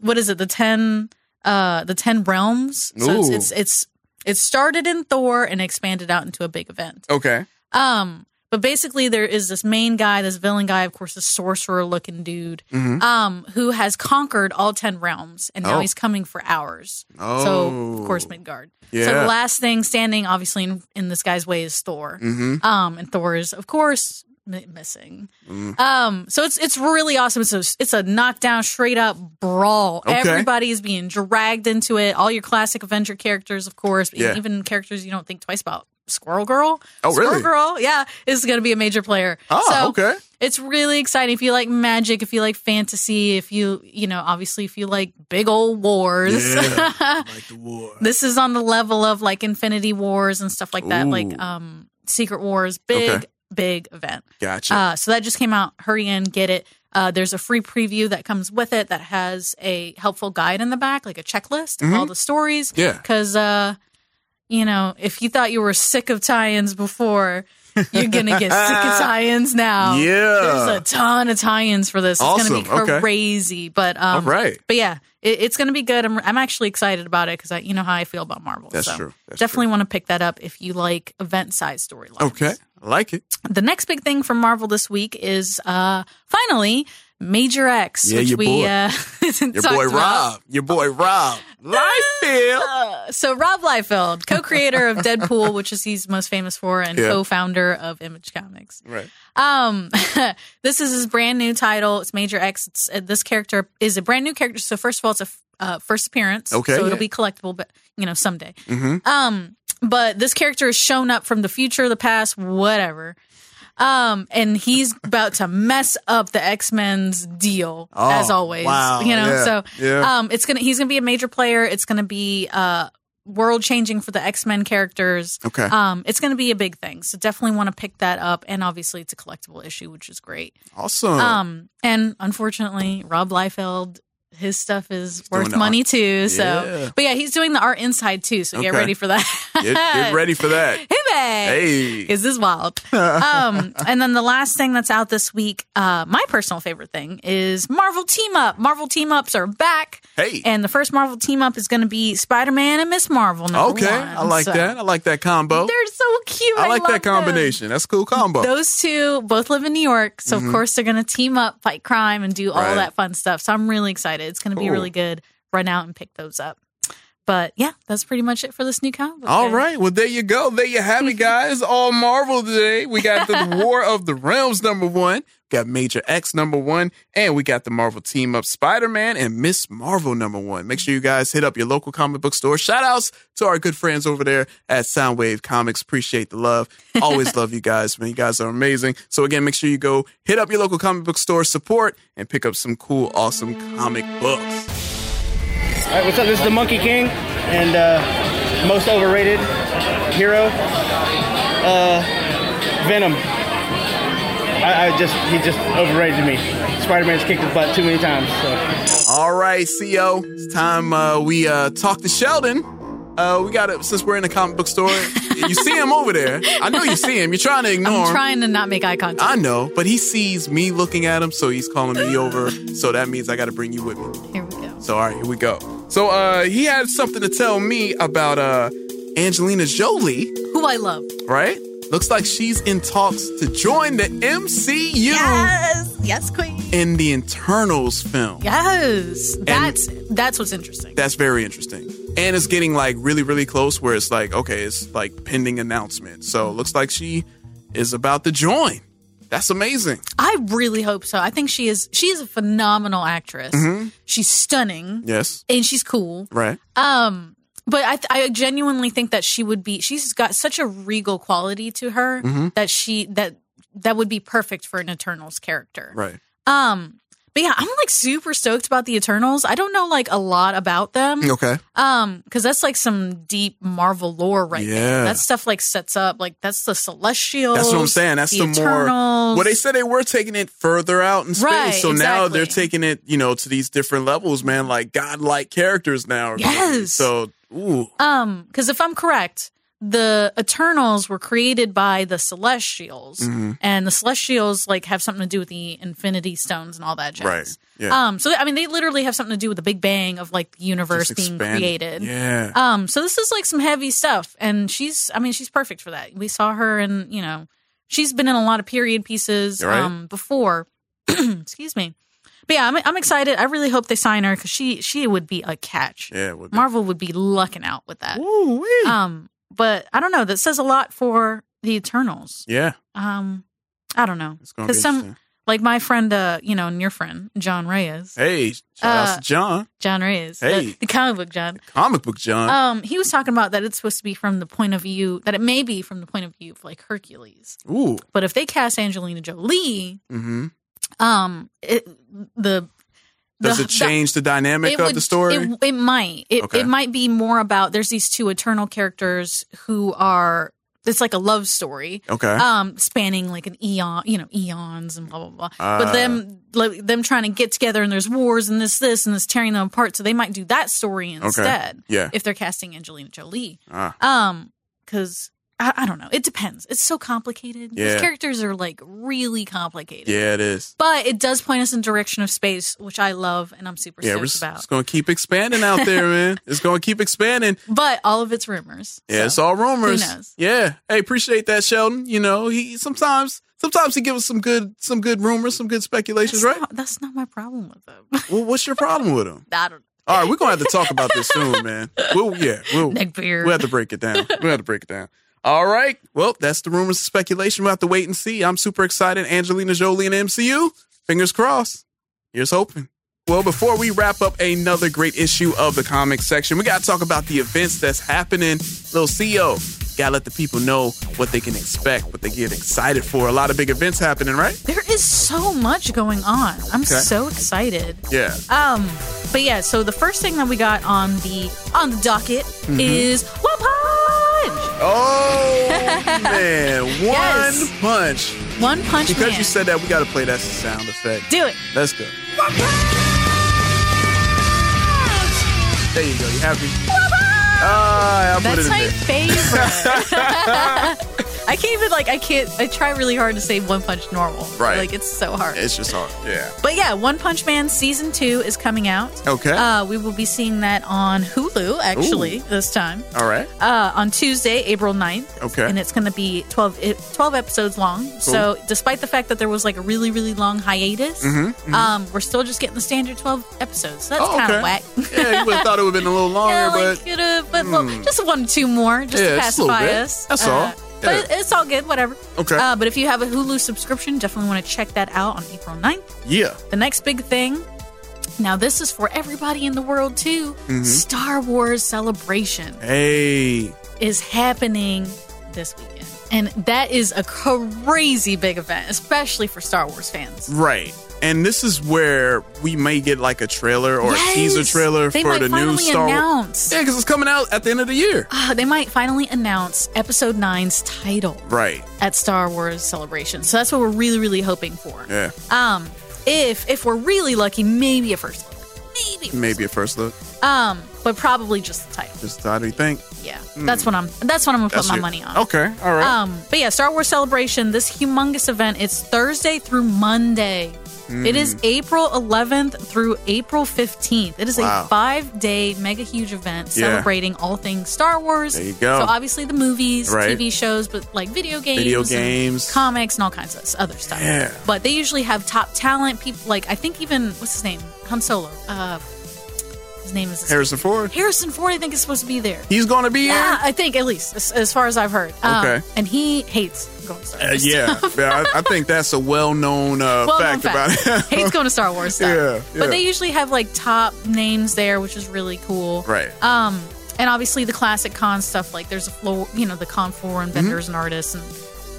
[SPEAKER 5] what is it? The ten uh the ten realms. So it's,
[SPEAKER 4] Ooh.
[SPEAKER 5] it's it's it started in Thor and expanded out into a big event.
[SPEAKER 4] Okay.
[SPEAKER 5] Um, but basically there is this main guy, this villain guy, of course, this sorcerer looking dude,
[SPEAKER 16] Mhm.
[SPEAKER 5] um, who has conquered all ten realms and now
[SPEAKER 16] Oh.
[SPEAKER 5] he's coming for ours. So of course
[SPEAKER 16] Oh.
[SPEAKER 5] Midgard. So
[SPEAKER 16] Yeah.
[SPEAKER 5] the last thing standing, obviously, in, in this guy's way is Thor.
[SPEAKER 16] Mhm.
[SPEAKER 5] Um, and Thor is, of course, mi missing.
[SPEAKER 16] Mm.
[SPEAKER 5] Um, so it's it's really awesome. It's a it's a knockdown, straight up brawl.
[SPEAKER 16] Okay.
[SPEAKER 5] Everybody is being dragged into it. All your classic Avenger characters, of course, but
[SPEAKER 16] Yeah.
[SPEAKER 5] even characters you don't think twice about. Squirrel Girl.
[SPEAKER 16] Oh, really?
[SPEAKER 5] Squirrel Girl, yeah, is going to be a major player.
[SPEAKER 16] Oh,
[SPEAKER 5] So
[SPEAKER 16] okay.
[SPEAKER 5] It's really exciting. If you like magic, if you like fantasy, if you you know, obviously, if you like big old wars.
[SPEAKER 16] Yeah,
[SPEAKER 5] [LAUGHS] This is on the level of like Infinity Wars and stuff like that,
[SPEAKER 16] Ooh.
[SPEAKER 5] like um Secret Wars, big
[SPEAKER 16] Okay.
[SPEAKER 5] big event.
[SPEAKER 16] Gotcha.
[SPEAKER 5] Uh, so that just came out. Hurry in, get it. Uh, there's a free preview that comes with it that has a helpful guide in the back, like a checklist of
[SPEAKER 16] Mhm.
[SPEAKER 5] all the stories.
[SPEAKER 16] Yeah.
[SPEAKER 5] because uh, you know, if you thought you were sick of tie-ins before. You're gonna get sick
[SPEAKER 16] [LAUGHS]
[SPEAKER 5] of tie-ins now.
[SPEAKER 16] Yeah.
[SPEAKER 5] there's a ton of tie-ins for this. It's
[SPEAKER 16] Awesome.
[SPEAKER 5] gonna be
[SPEAKER 16] Okay.
[SPEAKER 5] crazy, but um,
[SPEAKER 16] All right.
[SPEAKER 5] But yeah, it, it's gonna be good. I'm, I'm actually excited about it because I, you know how I feel about Marvel.
[SPEAKER 4] That's
[SPEAKER 5] so
[SPEAKER 4] true. That's
[SPEAKER 5] definitely want to pick that up if you like event-sized storyline
[SPEAKER 4] Okay. I like it.
[SPEAKER 5] the next big thing from Marvel this week is uh, finally Major X,
[SPEAKER 4] Yeah,
[SPEAKER 5] which
[SPEAKER 4] your
[SPEAKER 5] we
[SPEAKER 4] boy.
[SPEAKER 5] uh, [LAUGHS]
[SPEAKER 4] Your
[SPEAKER 5] talked
[SPEAKER 4] boy
[SPEAKER 5] about.
[SPEAKER 4] Rob. Your boy
[SPEAKER 5] [LAUGHS]
[SPEAKER 4] Rob.
[SPEAKER 5] Uh, so Rob Liefeld, co-creator of Deadpool, [LAUGHS] which is he's most famous for, and
[SPEAKER 14] Yeah.
[SPEAKER 5] co-founder of Image Comics.
[SPEAKER 4] Right.
[SPEAKER 5] Um, [LAUGHS] this is his brand new title. It's Major X. It's, uh, this character is a brand new character. So first of all, it's a f- uh, first appearance.
[SPEAKER 14] Okay.
[SPEAKER 5] So
[SPEAKER 14] Yeah.
[SPEAKER 5] it'll be collectible, but you know someday.
[SPEAKER 14] Mm-hmm.
[SPEAKER 5] Um, but this character has shown up from the future, the past, whatever. Um,
[SPEAKER 14] [LAUGHS]
[SPEAKER 5] and he's about to mess up the X Men's deal
[SPEAKER 14] Oh,
[SPEAKER 5] as always.
[SPEAKER 14] wow.
[SPEAKER 5] You know,
[SPEAKER 14] Yeah.
[SPEAKER 5] so
[SPEAKER 14] Yeah.
[SPEAKER 5] um, it's gonna he's gonna be a major player. It's gonna be uh world changing for the X Men characters.
[SPEAKER 14] Okay.
[SPEAKER 5] Um, it's gonna be a big thing. So definitely want to pick that up. And obviously, it's a collectible issue, which is great.
[SPEAKER 4] Awesome.
[SPEAKER 5] Um, and unfortunately, Rob Liefeld. His stuff is
[SPEAKER 4] doing
[SPEAKER 5] worth
[SPEAKER 4] the
[SPEAKER 5] money
[SPEAKER 4] art.
[SPEAKER 5] too. So,
[SPEAKER 4] Yeah.
[SPEAKER 5] but yeah, he's doing the art inside too. So get
[SPEAKER 4] Okay.
[SPEAKER 5] ready for that.
[SPEAKER 4] Get,
[SPEAKER 5] [LAUGHS]
[SPEAKER 4] get ready for that.
[SPEAKER 5] Hey, babe.
[SPEAKER 4] Hey.
[SPEAKER 5] Is
[SPEAKER 4] [LAUGHS]
[SPEAKER 5] this wild? um, and then the last thing that's out this week, uh, my personal favorite thing is Marvel Team Up. Marvel Team Ups are back.
[SPEAKER 4] Hey.
[SPEAKER 5] And the first Marvel Team Up is going to be Spider Man and Miss Marvel. number
[SPEAKER 4] okay.
[SPEAKER 5] one.
[SPEAKER 4] I like
[SPEAKER 5] So
[SPEAKER 4] that. I like that combo.
[SPEAKER 5] They're so cute.
[SPEAKER 4] I like
[SPEAKER 5] love
[SPEAKER 4] that combination. That's a cool combo.
[SPEAKER 5] Them. Those two both live in New York, so
[SPEAKER 4] Mhm.
[SPEAKER 5] of course they're going to team up, fight crime, and do all
[SPEAKER 4] Right.
[SPEAKER 5] that fun stuff. So I'm really excited. It's going to be
[SPEAKER 4] Cool.
[SPEAKER 5] really good. Run out and pick those up. But yeah, that's pretty much it for this new comic. book
[SPEAKER 4] All
[SPEAKER 5] day.
[SPEAKER 4] right. Well, there you go. There you have it, guys. All Marvel today. We got the War of the Realms number one. We got Major X number one. And we got the Marvel team up Spider Man and Miss Marvel number one. Make sure you guys hit up your local comic book store. Shout outs to our good friends over there at Soundwave Comics. Appreciate the love. Always love you guys, man. You guys are amazing. So, again, make sure you go hit up your local comic book store, support, and pick up some cool, awesome comic books.
[SPEAKER 16] All right, what's up? This is the Monkey King and uh, most overrated hero, uh, Venom. I, I just he just overrated me. Spider-Man's kicked his butt too many times. So.
[SPEAKER 4] All right, CO. It's time uh, we uh, talk to Sheldon. Uh, we got to since we're in the comic book
[SPEAKER 5] [LAUGHS]
[SPEAKER 4] store. you see him over there. I know you see him. You're trying to ignore
[SPEAKER 5] I'm
[SPEAKER 4] him.
[SPEAKER 5] trying to not make eye contact.
[SPEAKER 4] I know, but he sees me looking at him, so he's calling me over. So that means I got to bring you with me.
[SPEAKER 5] Here we go.
[SPEAKER 4] So all right, here we go. So uh, he had something to tell me about uh, Angelina Jolie,
[SPEAKER 5] Who I love.
[SPEAKER 4] right? Looks like she's in talks to join the MCU
[SPEAKER 5] Yes, yes, Queen.
[SPEAKER 4] in the Internals film.
[SPEAKER 5] Yes, that's that's what's interesting.
[SPEAKER 4] That's very interesting. And it's getting like really, really close where it's like, okay, it's like pending announcement. So it looks like she is about to join. That's amazing.
[SPEAKER 5] I really hope so. I think she is. She is a phenomenal actress.
[SPEAKER 4] Mhm.
[SPEAKER 5] She's stunning,
[SPEAKER 4] Yes.
[SPEAKER 5] and she's cool.
[SPEAKER 4] Right.
[SPEAKER 5] Um, but I, th- I genuinely think that she would be. She's got such a regal quality to her
[SPEAKER 4] Mm-hmm.
[SPEAKER 14] Mhm.
[SPEAKER 5] that she that that would be perfect for an Eternals character.
[SPEAKER 4] Right.
[SPEAKER 5] Um, but yeah, I'm like super stoked about the Eternals. I don't know like a lot about them.
[SPEAKER 4] Okay.
[SPEAKER 5] Um, because that's like some deep Marvel lore right
[SPEAKER 4] Yeah.
[SPEAKER 5] there. That stuff like sets up like that's the Celestials.
[SPEAKER 4] That's what I'm saying. That's the, more.
[SPEAKER 5] Eternals.
[SPEAKER 4] Well, they said they were taking it further out in space.
[SPEAKER 5] Right,
[SPEAKER 4] so now
[SPEAKER 5] exactly.
[SPEAKER 4] they're taking it, you know, to these different levels, man, like godlike characters now. are gonna be.
[SPEAKER 5] Yes.
[SPEAKER 4] So, ooh.
[SPEAKER 5] Um, because if I'm correct, the Eternals were created by the Celestials,
[SPEAKER 4] Mhm.
[SPEAKER 5] and the Celestials like have something to do with the Infinity Stones and all that jazz.
[SPEAKER 4] Right. Yeah.
[SPEAKER 5] Um. So I mean, they literally have something to do with the Big Bang of like the universe
[SPEAKER 4] Just
[SPEAKER 5] being
[SPEAKER 4] expanded.
[SPEAKER 5] created.
[SPEAKER 4] Yeah.
[SPEAKER 5] Um. So this is like some heavy stuff, and she's. I mean, she's perfect for that. We saw her, and you know, she's been in a lot of period pieces.
[SPEAKER 14] Right.
[SPEAKER 5] Um. Before. [CLEARS THROAT] Excuse me. But yeah, I'm, I'm excited. I really hope they sign her because she she would be a catch.
[SPEAKER 4] Yeah. Well,
[SPEAKER 5] Marvel would be lucking out with that. Um, but I don't know. That says a lot for the Eternals.
[SPEAKER 4] yeah.
[SPEAKER 5] Um, I don't know
[SPEAKER 4] gonna be
[SPEAKER 5] some
[SPEAKER 4] interesting.
[SPEAKER 5] like my friend, uh, you know, and your friend John Reyes,
[SPEAKER 4] Hey, shout out
[SPEAKER 5] Uh,
[SPEAKER 4] to John.
[SPEAKER 5] John Reyes,
[SPEAKER 4] Hey.
[SPEAKER 5] the, the comic book John.
[SPEAKER 4] Comic book John.
[SPEAKER 5] Um, he was talking about that it's supposed to be from the point of view that it may be from the point of view of like Hercules,
[SPEAKER 4] ooh.
[SPEAKER 5] but if they cast Angelina Jolie,
[SPEAKER 4] Mm-hmm.
[SPEAKER 5] um, it, the
[SPEAKER 4] Does
[SPEAKER 5] the-
[SPEAKER 4] it change the, dynamic
[SPEAKER 5] It
[SPEAKER 4] of
[SPEAKER 5] would-
[SPEAKER 4] the story?
[SPEAKER 5] It, it might. It,
[SPEAKER 4] Okay.
[SPEAKER 5] it might be more about there's these two eternal characters who are. It's like a love story.
[SPEAKER 14] Okay.
[SPEAKER 5] Um, spanning like an eon, you know, eons and blah blah blah.
[SPEAKER 14] Ah.
[SPEAKER 5] but them like, them trying to get together and there's wars and this this and this tearing them apart. So they might do that story instead.
[SPEAKER 14] Yeah.
[SPEAKER 5] If they're casting Angelina Jolie.
[SPEAKER 14] Ah.
[SPEAKER 5] Um, because. I, I don't know. It depends. It's so complicated.
[SPEAKER 4] Yeah.
[SPEAKER 5] These characters are like really complicated.
[SPEAKER 4] yeah, it is.
[SPEAKER 5] But it does point us in direction of space, which I love and I'm super
[SPEAKER 4] Yeah,
[SPEAKER 5] stoked
[SPEAKER 4] we're s-
[SPEAKER 5] about.
[SPEAKER 4] it's going to keep expanding out there,
[SPEAKER 5] [LAUGHS]
[SPEAKER 4] man. It's going to keep expanding.
[SPEAKER 5] But all of it's rumors.
[SPEAKER 4] Yeah, it's all rumors.
[SPEAKER 5] who knows?
[SPEAKER 4] Yeah. Hey, appreciate that, Sheldon. You know, he sometimes Sometimes he gives us some good, some good rumors, some good speculations, right?
[SPEAKER 5] that's not my problem with them. [LAUGHS]
[SPEAKER 4] Well, what's your problem with him?
[SPEAKER 5] I don't.
[SPEAKER 4] All right, we're gonna have to talk about this soon, man. We'll, yeah,
[SPEAKER 5] [LAUGHS]
[SPEAKER 4] we'll,
[SPEAKER 5] Neckbeard.
[SPEAKER 4] we'll have to break it down. We'll have to break it down. All right. Well, that's the rumors and speculation. We'll have to wait and see. I'm super excited. Angelina Jolie in the MCU. Fingers crossed. Here's hoping. Well, before we wrap up another great issue of the comic section, we gotta talk about the events that's happening. Little CEO, gotta let the people know what they can expect, what they get excited for. A lot of big events happening, right?
[SPEAKER 5] There is so much going on. I'm
[SPEAKER 4] Okay.
[SPEAKER 5] so excited.
[SPEAKER 4] Yeah.
[SPEAKER 5] Um, but yeah, so the first thing that we got on the on the docket
[SPEAKER 4] Mhm.
[SPEAKER 5] is One Punch.
[SPEAKER 4] Oh man, one
[SPEAKER 5] Yes.
[SPEAKER 4] punch.
[SPEAKER 5] One punch.
[SPEAKER 4] Because
[SPEAKER 5] Man.
[SPEAKER 4] you said that, we gotta play that sound effect.
[SPEAKER 5] Do it.
[SPEAKER 4] Let's go. There you go. You happy? Ah, I'll put it
[SPEAKER 5] That's
[SPEAKER 4] in
[SPEAKER 5] my
[SPEAKER 4] there.
[SPEAKER 5] favorite. [LAUGHS] I can't even like I can't I try really hard to say one punch normal.
[SPEAKER 4] Right.
[SPEAKER 5] Like it's so hard.
[SPEAKER 4] It's just hard. Yeah.
[SPEAKER 5] But yeah, One Punch Man season two is coming out.
[SPEAKER 4] Okay.
[SPEAKER 5] Uh, we will be seeing that on Hulu actually
[SPEAKER 4] Ooh.
[SPEAKER 5] this time.
[SPEAKER 4] All right.
[SPEAKER 5] Uh, on Tuesday, April 9th.
[SPEAKER 4] Okay.
[SPEAKER 5] And it's going to be 12, i- 12 episodes long. So, despite the fact that there was like a really, really long hiatus,
[SPEAKER 4] Mhm, mhm.
[SPEAKER 5] Um, we're still just getting the standard 12 episodes. So that's
[SPEAKER 4] Oh,
[SPEAKER 5] kind of
[SPEAKER 4] okay.
[SPEAKER 5] whack. [LAUGHS]
[SPEAKER 4] yeah, you would have thought it would have been a little longer,
[SPEAKER 5] yeah, like,
[SPEAKER 4] but
[SPEAKER 5] you know, but well,
[SPEAKER 4] Hmm.
[SPEAKER 5] just one or two more just
[SPEAKER 4] Yeah,
[SPEAKER 5] to
[SPEAKER 4] just a little
[SPEAKER 5] pacify
[SPEAKER 4] bit.
[SPEAKER 5] us. Uh,
[SPEAKER 4] That's all.
[SPEAKER 5] But
[SPEAKER 4] Yeah.
[SPEAKER 5] it- it's all good, whatever.
[SPEAKER 4] Okay.
[SPEAKER 5] Uh, but if you have a Hulu subscription, definitely want to check that out on April 9th.
[SPEAKER 4] yeah.
[SPEAKER 5] The next big thing, now this is for everybody in the world too.
[SPEAKER 4] Mhm.
[SPEAKER 5] Star Wars Celebration
[SPEAKER 4] Hey.
[SPEAKER 5] is happening this weekend. And that is a crazy big event, especially for Star Wars fans.
[SPEAKER 4] Right. And this is where we may get like a trailer or a
[SPEAKER 5] Yes!
[SPEAKER 4] teaser trailer
[SPEAKER 5] They
[SPEAKER 4] for
[SPEAKER 5] might
[SPEAKER 4] the new
[SPEAKER 5] finally
[SPEAKER 4] Star Wars.
[SPEAKER 5] announce.
[SPEAKER 4] Yeah, because it's coming out at the end of the year.
[SPEAKER 5] Ah, they might finally announce Episode 9's title
[SPEAKER 4] Right.
[SPEAKER 5] at Star Wars Celebration. So that's what we're really, really hoping for.
[SPEAKER 4] Yeah.
[SPEAKER 5] Um, if if we're really lucky, maybe a first look.
[SPEAKER 4] Maybe a first look.
[SPEAKER 5] Um, but probably just the title.
[SPEAKER 4] Just how do you think?
[SPEAKER 5] Yeah,
[SPEAKER 4] Hmm.
[SPEAKER 5] that's what I'm. That's what I'm gonna put
[SPEAKER 4] That's
[SPEAKER 5] my
[SPEAKER 4] it.
[SPEAKER 5] money on.
[SPEAKER 4] Okay. All right.
[SPEAKER 5] Um, but yeah, Star Wars Celebration. This humongous event. It's Thursday through Monday. It is
[SPEAKER 4] Hmm.
[SPEAKER 11] Mm.
[SPEAKER 5] April 11th through April 15th. It is
[SPEAKER 11] Wow.
[SPEAKER 5] a five-day mega huge event
[SPEAKER 4] Yeah.
[SPEAKER 5] celebrating all things Star Wars.
[SPEAKER 4] There you go.
[SPEAKER 5] So obviously the movies,
[SPEAKER 4] Right.
[SPEAKER 5] TV shows, but like video games,
[SPEAKER 4] Video
[SPEAKER 5] and
[SPEAKER 4] games.
[SPEAKER 5] comics, and all kinds of s- other stuff.
[SPEAKER 4] Yeah.
[SPEAKER 5] But they usually have top talent people. Like I think even what's his name, Han Solo. Uh, his name is
[SPEAKER 4] Harrison Ford.
[SPEAKER 5] Harrison Ford. I think is supposed to be there.
[SPEAKER 4] He's gonna be here.
[SPEAKER 5] Yeah, Ah, I think at least as, as far as I've heard. Um,
[SPEAKER 4] Okay.
[SPEAKER 5] And he hates going to Star
[SPEAKER 4] Uh,
[SPEAKER 5] Wars. [LAUGHS]
[SPEAKER 4] yeah, yeah I, I think that's a well-known, uh,
[SPEAKER 5] Well-known
[SPEAKER 4] fact, about it. [LAUGHS]
[SPEAKER 5] hates going to Star Wars stuff.
[SPEAKER 4] Yeah, yeah.
[SPEAKER 5] But they usually have like top names there, which is really cool.
[SPEAKER 4] Right.
[SPEAKER 5] Um, and obviously the classic con stuff. Like there's a floor, you know, the con floor
[SPEAKER 4] Mm-hmm.
[SPEAKER 5] and vendors and artists and.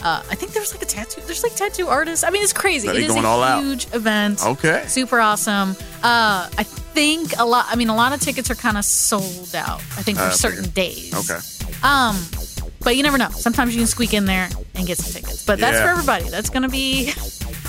[SPEAKER 5] Uh, I think there's like a tattoo. There's like tattoo artists. I mean, it's crazy.
[SPEAKER 4] So they
[SPEAKER 5] it is
[SPEAKER 4] going
[SPEAKER 5] a
[SPEAKER 4] all out.
[SPEAKER 5] huge event.
[SPEAKER 4] Okay.
[SPEAKER 5] Super awesome. Uh, I think a lot. I mean, a lot of tickets are kind of sold out. I think for
[SPEAKER 4] Uh,
[SPEAKER 5] certain days.
[SPEAKER 4] okay.
[SPEAKER 5] Um, but you never know. Sometimes you can squeak in there and get some tickets. But that's
[SPEAKER 4] Yeah.
[SPEAKER 5] for everybody. That's gonna be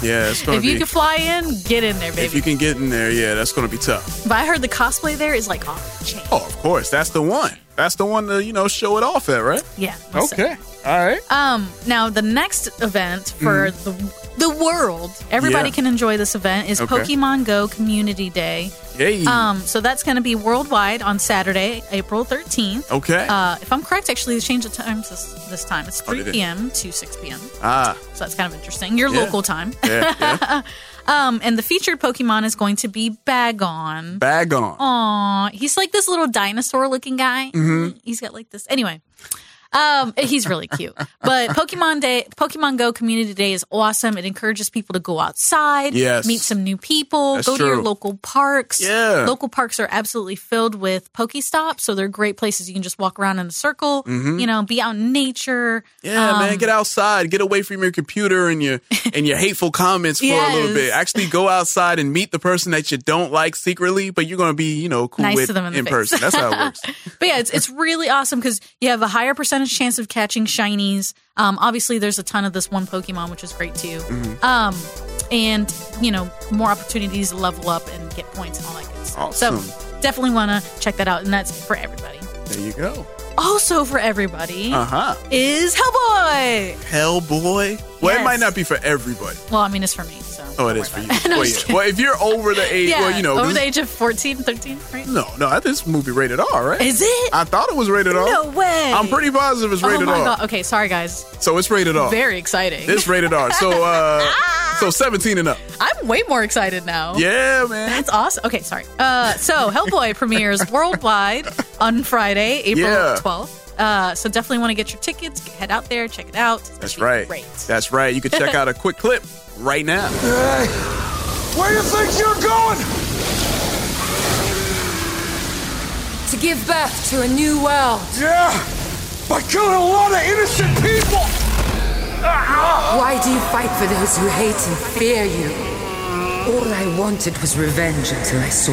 [SPEAKER 4] Yeah, it's gonna
[SPEAKER 5] if you
[SPEAKER 4] be.
[SPEAKER 5] can fly in, get in there,
[SPEAKER 4] if
[SPEAKER 5] baby.
[SPEAKER 4] you can get in there, yeah, that's gonna be tough.
[SPEAKER 5] but I heard the cosplay there is like off the chain.
[SPEAKER 4] Oh, of course, that's the one. That's the one to you know show it off at, right?
[SPEAKER 5] Yeah. what's up?
[SPEAKER 4] Okay. All right.
[SPEAKER 5] Um. Now the next event for
[SPEAKER 4] Mhm.
[SPEAKER 5] the the world, everybody
[SPEAKER 4] Yeah.
[SPEAKER 5] can enjoy this event is
[SPEAKER 4] Okay. Mm.
[SPEAKER 5] Pokemon Go Community Day.
[SPEAKER 4] Yay.
[SPEAKER 5] Um. So that's going to be worldwide on Saturday, April thirteenth.
[SPEAKER 4] Okay.
[SPEAKER 5] Uh, if I'm correct, actually, they changed the times this, this time. It's
[SPEAKER 4] Oh, they
[SPEAKER 5] 3
[SPEAKER 4] did.
[SPEAKER 5] p.m. to 6 p.m.
[SPEAKER 4] ah.
[SPEAKER 5] So that's kind of interesting. Your
[SPEAKER 4] Yeah.
[SPEAKER 5] local time. [LAUGHS]
[SPEAKER 4] Yeah, yeah.
[SPEAKER 5] um, and the featured Pokemon is going to be Bagon.
[SPEAKER 4] Bag on.
[SPEAKER 5] um, Aw, he's like this little dinosaur looking guy.
[SPEAKER 11] Mm-hmm.
[SPEAKER 4] Mhm.
[SPEAKER 5] He's got like this. Anyway, um, he's
[SPEAKER 11] [LAUGHS]
[SPEAKER 5] really cute. But Pokemon Day, Pokemon Go Community Day is awesome. It encourages people to go outside,
[SPEAKER 11] Yes.
[SPEAKER 5] meet some new people,
[SPEAKER 11] That's
[SPEAKER 5] go to your
[SPEAKER 11] true.
[SPEAKER 5] local parks.
[SPEAKER 11] Yeah.
[SPEAKER 5] Local parks are absolutely filled with Pokestops, so they're great places you can just walk around in a circle,
[SPEAKER 4] Mhm.
[SPEAKER 11] Mm-hmm.
[SPEAKER 5] you know, be out in nature.
[SPEAKER 4] Yeah,
[SPEAKER 5] Um,
[SPEAKER 4] man, get outside, get away from your computer and
[SPEAKER 5] [LAUGHS]
[SPEAKER 4] your and your hateful comments for a little
[SPEAKER 5] Yes.
[SPEAKER 4] bit. Actually, go outside and meet the person that you don't like secretly, but you're gonna be, you know, cool
[SPEAKER 5] Nice
[SPEAKER 4] with
[SPEAKER 5] to them in the face.
[SPEAKER 4] person. That's how it works.
[SPEAKER 5] [LAUGHS] But yeah, it's, it's really awesome because you have a higher percentage chance of catching shinies. Um, obviously, there's a ton of this one Pokemon, which is great too.
[SPEAKER 4] Mm-hmm.
[SPEAKER 11] Mhm.
[SPEAKER 5] Um, and you know, more opportunities to level up and get points and all that good stuff.
[SPEAKER 4] Awesome.
[SPEAKER 5] So definitely want to check that out, and that's for everybody.
[SPEAKER 4] There you go.
[SPEAKER 5] also for everybody
[SPEAKER 4] Uh huh.
[SPEAKER 5] is Hellboy.
[SPEAKER 4] Hellboy. Well, it
[SPEAKER 5] Yes.
[SPEAKER 4] might not be for everybody.
[SPEAKER 5] Well, I mean, it's for me. So.
[SPEAKER 4] Oh, it is for you.
[SPEAKER 5] [LAUGHS] No,
[SPEAKER 4] Well,
[SPEAKER 5] I'm
[SPEAKER 4] yeah.
[SPEAKER 5] just
[SPEAKER 4] well, if you're over the age,
[SPEAKER 5] yeah,
[SPEAKER 4] well, you know,
[SPEAKER 5] over
[SPEAKER 4] this-
[SPEAKER 5] the age of 14, 13, right?
[SPEAKER 4] no, no, this movie rated R, right?
[SPEAKER 5] Is it?
[SPEAKER 4] I thought it was rated R.
[SPEAKER 5] No way.
[SPEAKER 4] I'm pretty positive it's rated
[SPEAKER 5] oh my
[SPEAKER 4] R.
[SPEAKER 5] God. Okay, sorry guys.
[SPEAKER 4] So it's rated R.
[SPEAKER 5] Very exciting.
[SPEAKER 4] It's rated R. So,
[SPEAKER 5] [LAUGHS]
[SPEAKER 4] uh, so 17 and up.
[SPEAKER 5] I'm way more excited now.
[SPEAKER 4] Yeah, man.
[SPEAKER 5] That's awesome. Okay, sorry. Uh, so Hellboy
[SPEAKER 4] [LAUGHS]
[SPEAKER 5] premieres worldwide on Friday, April
[SPEAKER 4] Yeah.
[SPEAKER 5] 12th. Uh, so definitely want to get your tickets. Head out there, check it out.
[SPEAKER 4] That's right.
[SPEAKER 5] great.
[SPEAKER 4] That's right. You can check out a quick clip right now.
[SPEAKER 5] [LAUGHS]
[SPEAKER 14] Where do you think you're going?
[SPEAKER 17] To give birth to a new world.
[SPEAKER 14] Yeah, by killing a lot of innocent people.
[SPEAKER 17] Why do you fight for those who hate and fear you? All I wanted was revenge until I saw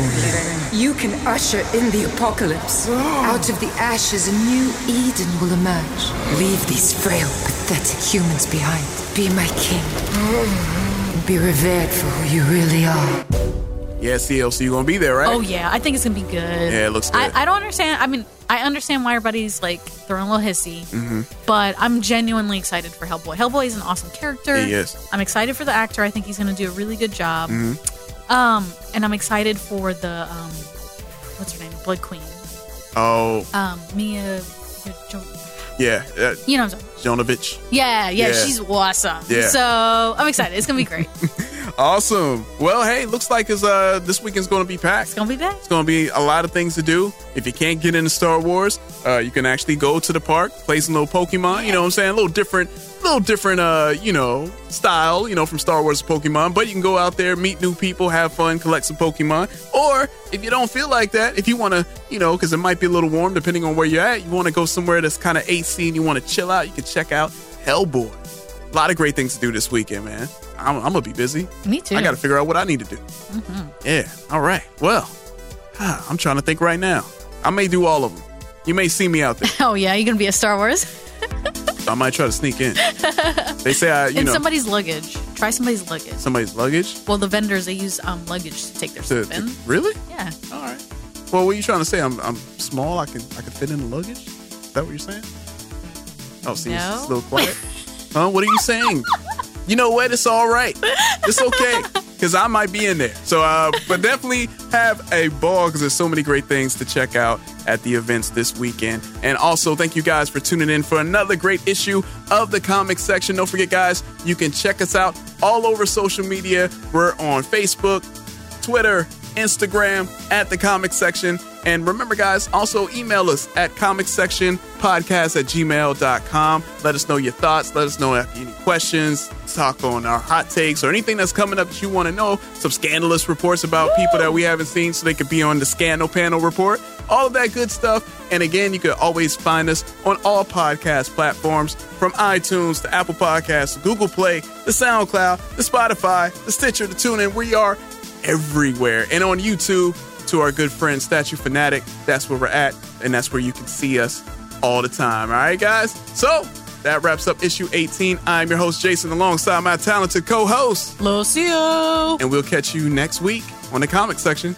[SPEAKER 17] you. You can usher in the apocalypse. Out of the ashes, a new Eden will emerge. Leave these frail, pathetic humans behind. Be my king. And be revered for who you really are.
[SPEAKER 4] Yeah, CLC, you gonna be there, right?
[SPEAKER 5] Oh yeah, I think it's gonna be good. Yeah,
[SPEAKER 4] it looks good.
[SPEAKER 5] I, I don't understand. I mean, I understand why everybody's like throwing a little hissy,
[SPEAKER 4] Mm-hmm.
[SPEAKER 5] but I'm genuinely excited for Hellboy. Hellboy is an awesome character.
[SPEAKER 4] He is.
[SPEAKER 5] I'm excited for the actor. I think he's gonna do a really good job.
[SPEAKER 4] hmm
[SPEAKER 5] Um, and I'm excited for the um, what's her name, Blood Queen,
[SPEAKER 4] Oh,
[SPEAKER 5] um, Mia. Jo-
[SPEAKER 4] yeah. Uh,
[SPEAKER 5] You know what I'm talking
[SPEAKER 4] Jonovich.
[SPEAKER 5] Yeah, yeah,
[SPEAKER 4] Yeah.
[SPEAKER 5] she's awesome.
[SPEAKER 4] Yeah.
[SPEAKER 5] So I'm excited. It's gonna be great.
[SPEAKER 4] Awesome. Well, hey, looks like it's, uh, this weekend's going to be packed. It's
[SPEAKER 5] going to be packed.
[SPEAKER 4] It's going to be a lot of things to do. If you can't get into Star Wars, uh, you can actually go to the park, play some little Pokemon. You know what I'm saying? A little different, little different, uh, you know, style, you know, from Star Wars to Pokemon. But you can go out there, meet new people, have fun, collect some Pokemon. Or if you don't feel like that, if you want to, you know, because it might be a little warm depending on where you're at, you want to go somewhere that's kind of AC and you want to chill out, you can check out Hellboy. A lot of great things to do this weekend, man. I'm, I'm gonna be busy.
[SPEAKER 5] Me too.
[SPEAKER 4] I gotta figure out what I need to do.
[SPEAKER 5] Mhm.
[SPEAKER 4] Yeah. All right. Well, ah, I'm trying to think right now. I may do all of them. You may see me out there.
[SPEAKER 5] [LAUGHS] Oh yeah, you're gonna be a Star Wars
[SPEAKER 4] I might try to sneak
[SPEAKER 5] [LAUGHS]
[SPEAKER 4] in. They say I, you
[SPEAKER 5] in
[SPEAKER 4] know,
[SPEAKER 5] somebody's luggage. Try somebody's luggage.
[SPEAKER 4] somebody's luggage.
[SPEAKER 5] Well, the vendors they use um, luggage to take their
[SPEAKER 4] To-
[SPEAKER 5] stuff in.
[SPEAKER 4] to- really?
[SPEAKER 5] Yeah.
[SPEAKER 4] All right. Well, what are you trying to say? I'm, I'm small. I can I can fit in the luggage. Is that what you're saying? Oh, see, it's
[SPEAKER 5] No.
[SPEAKER 4] just a little quiet. huh? What are you saying? You know what? It's all right. It's okay because I might be in there. So, uh, but definitely have a ball because there's so many great things to check out at the events this weekend. And also, thank you guys for tuning in for another great issue of the comic section. Don't forget, guys, you can check us out all over social media. We're on Facebook, Twitter, Instagram, at the comic section. And remember, guys, also email us at comic section podcast at gmail.com. Let us know your thoughts. Let us know if you have any questions, talk on our hot takes or anything that's coming up that you want to know. Some scandalous reports about people that we haven't seen so they could be on the scandal panel report. All of that good stuff. And again, you can always find us on all podcast platforms from iTunes to Apple Podcasts, Google Play, the SoundCloud, the Spotify, the Stitcher, the TuneIn. We are everywhere and on YouTube to our good friend Statue Fanatic. That's where we're at, and that's where you can see us all the time. All right, guys? So that wraps up issue 18. I'm your host, Jason, alongside my talented co host,
[SPEAKER 5] Lucio.
[SPEAKER 4] And we'll catch you next week on the comic section.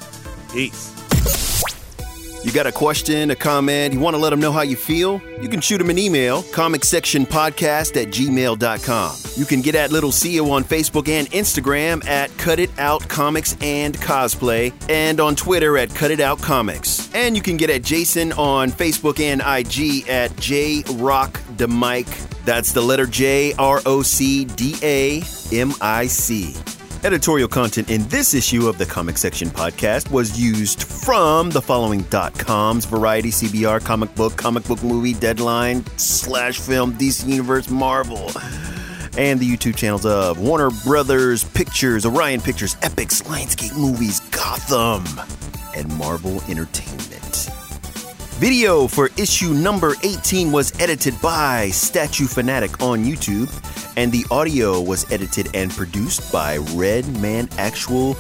[SPEAKER 4] Peace.
[SPEAKER 3] You got a question, a comment, you want to let them know how you feel? You can shoot them an email, comicsectionpodcast at gmail.com. You can get at Little CEO on Facebook and Instagram at Cut It Out Comics and Cosplay, and on Twitter at Cut It Out Comics. And you can get at Jason on Facebook and IG at JRockDemike. That's the letter J R O C D A M I C. Editorial content in this issue of the Comic Section podcast was used from the following .coms, Variety, CBR, Comic Book, Comic Book Movie, Deadline, Slash Film, DC Universe, Marvel, and the YouTube channels of Warner Brothers Pictures, Orion Pictures, Epics, Lionsgate Movies, Gotham, and Marvel Entertainment. Video for issue number 18 was edited by Statue Fanatic on YouTube, and the audio was edited and produced by RedmanActual.com.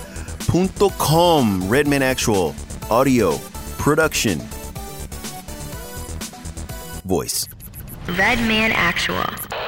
[SPEAKER 3] Redman Actual audio production voice.
[SPEAKER 18] Red Man Actual.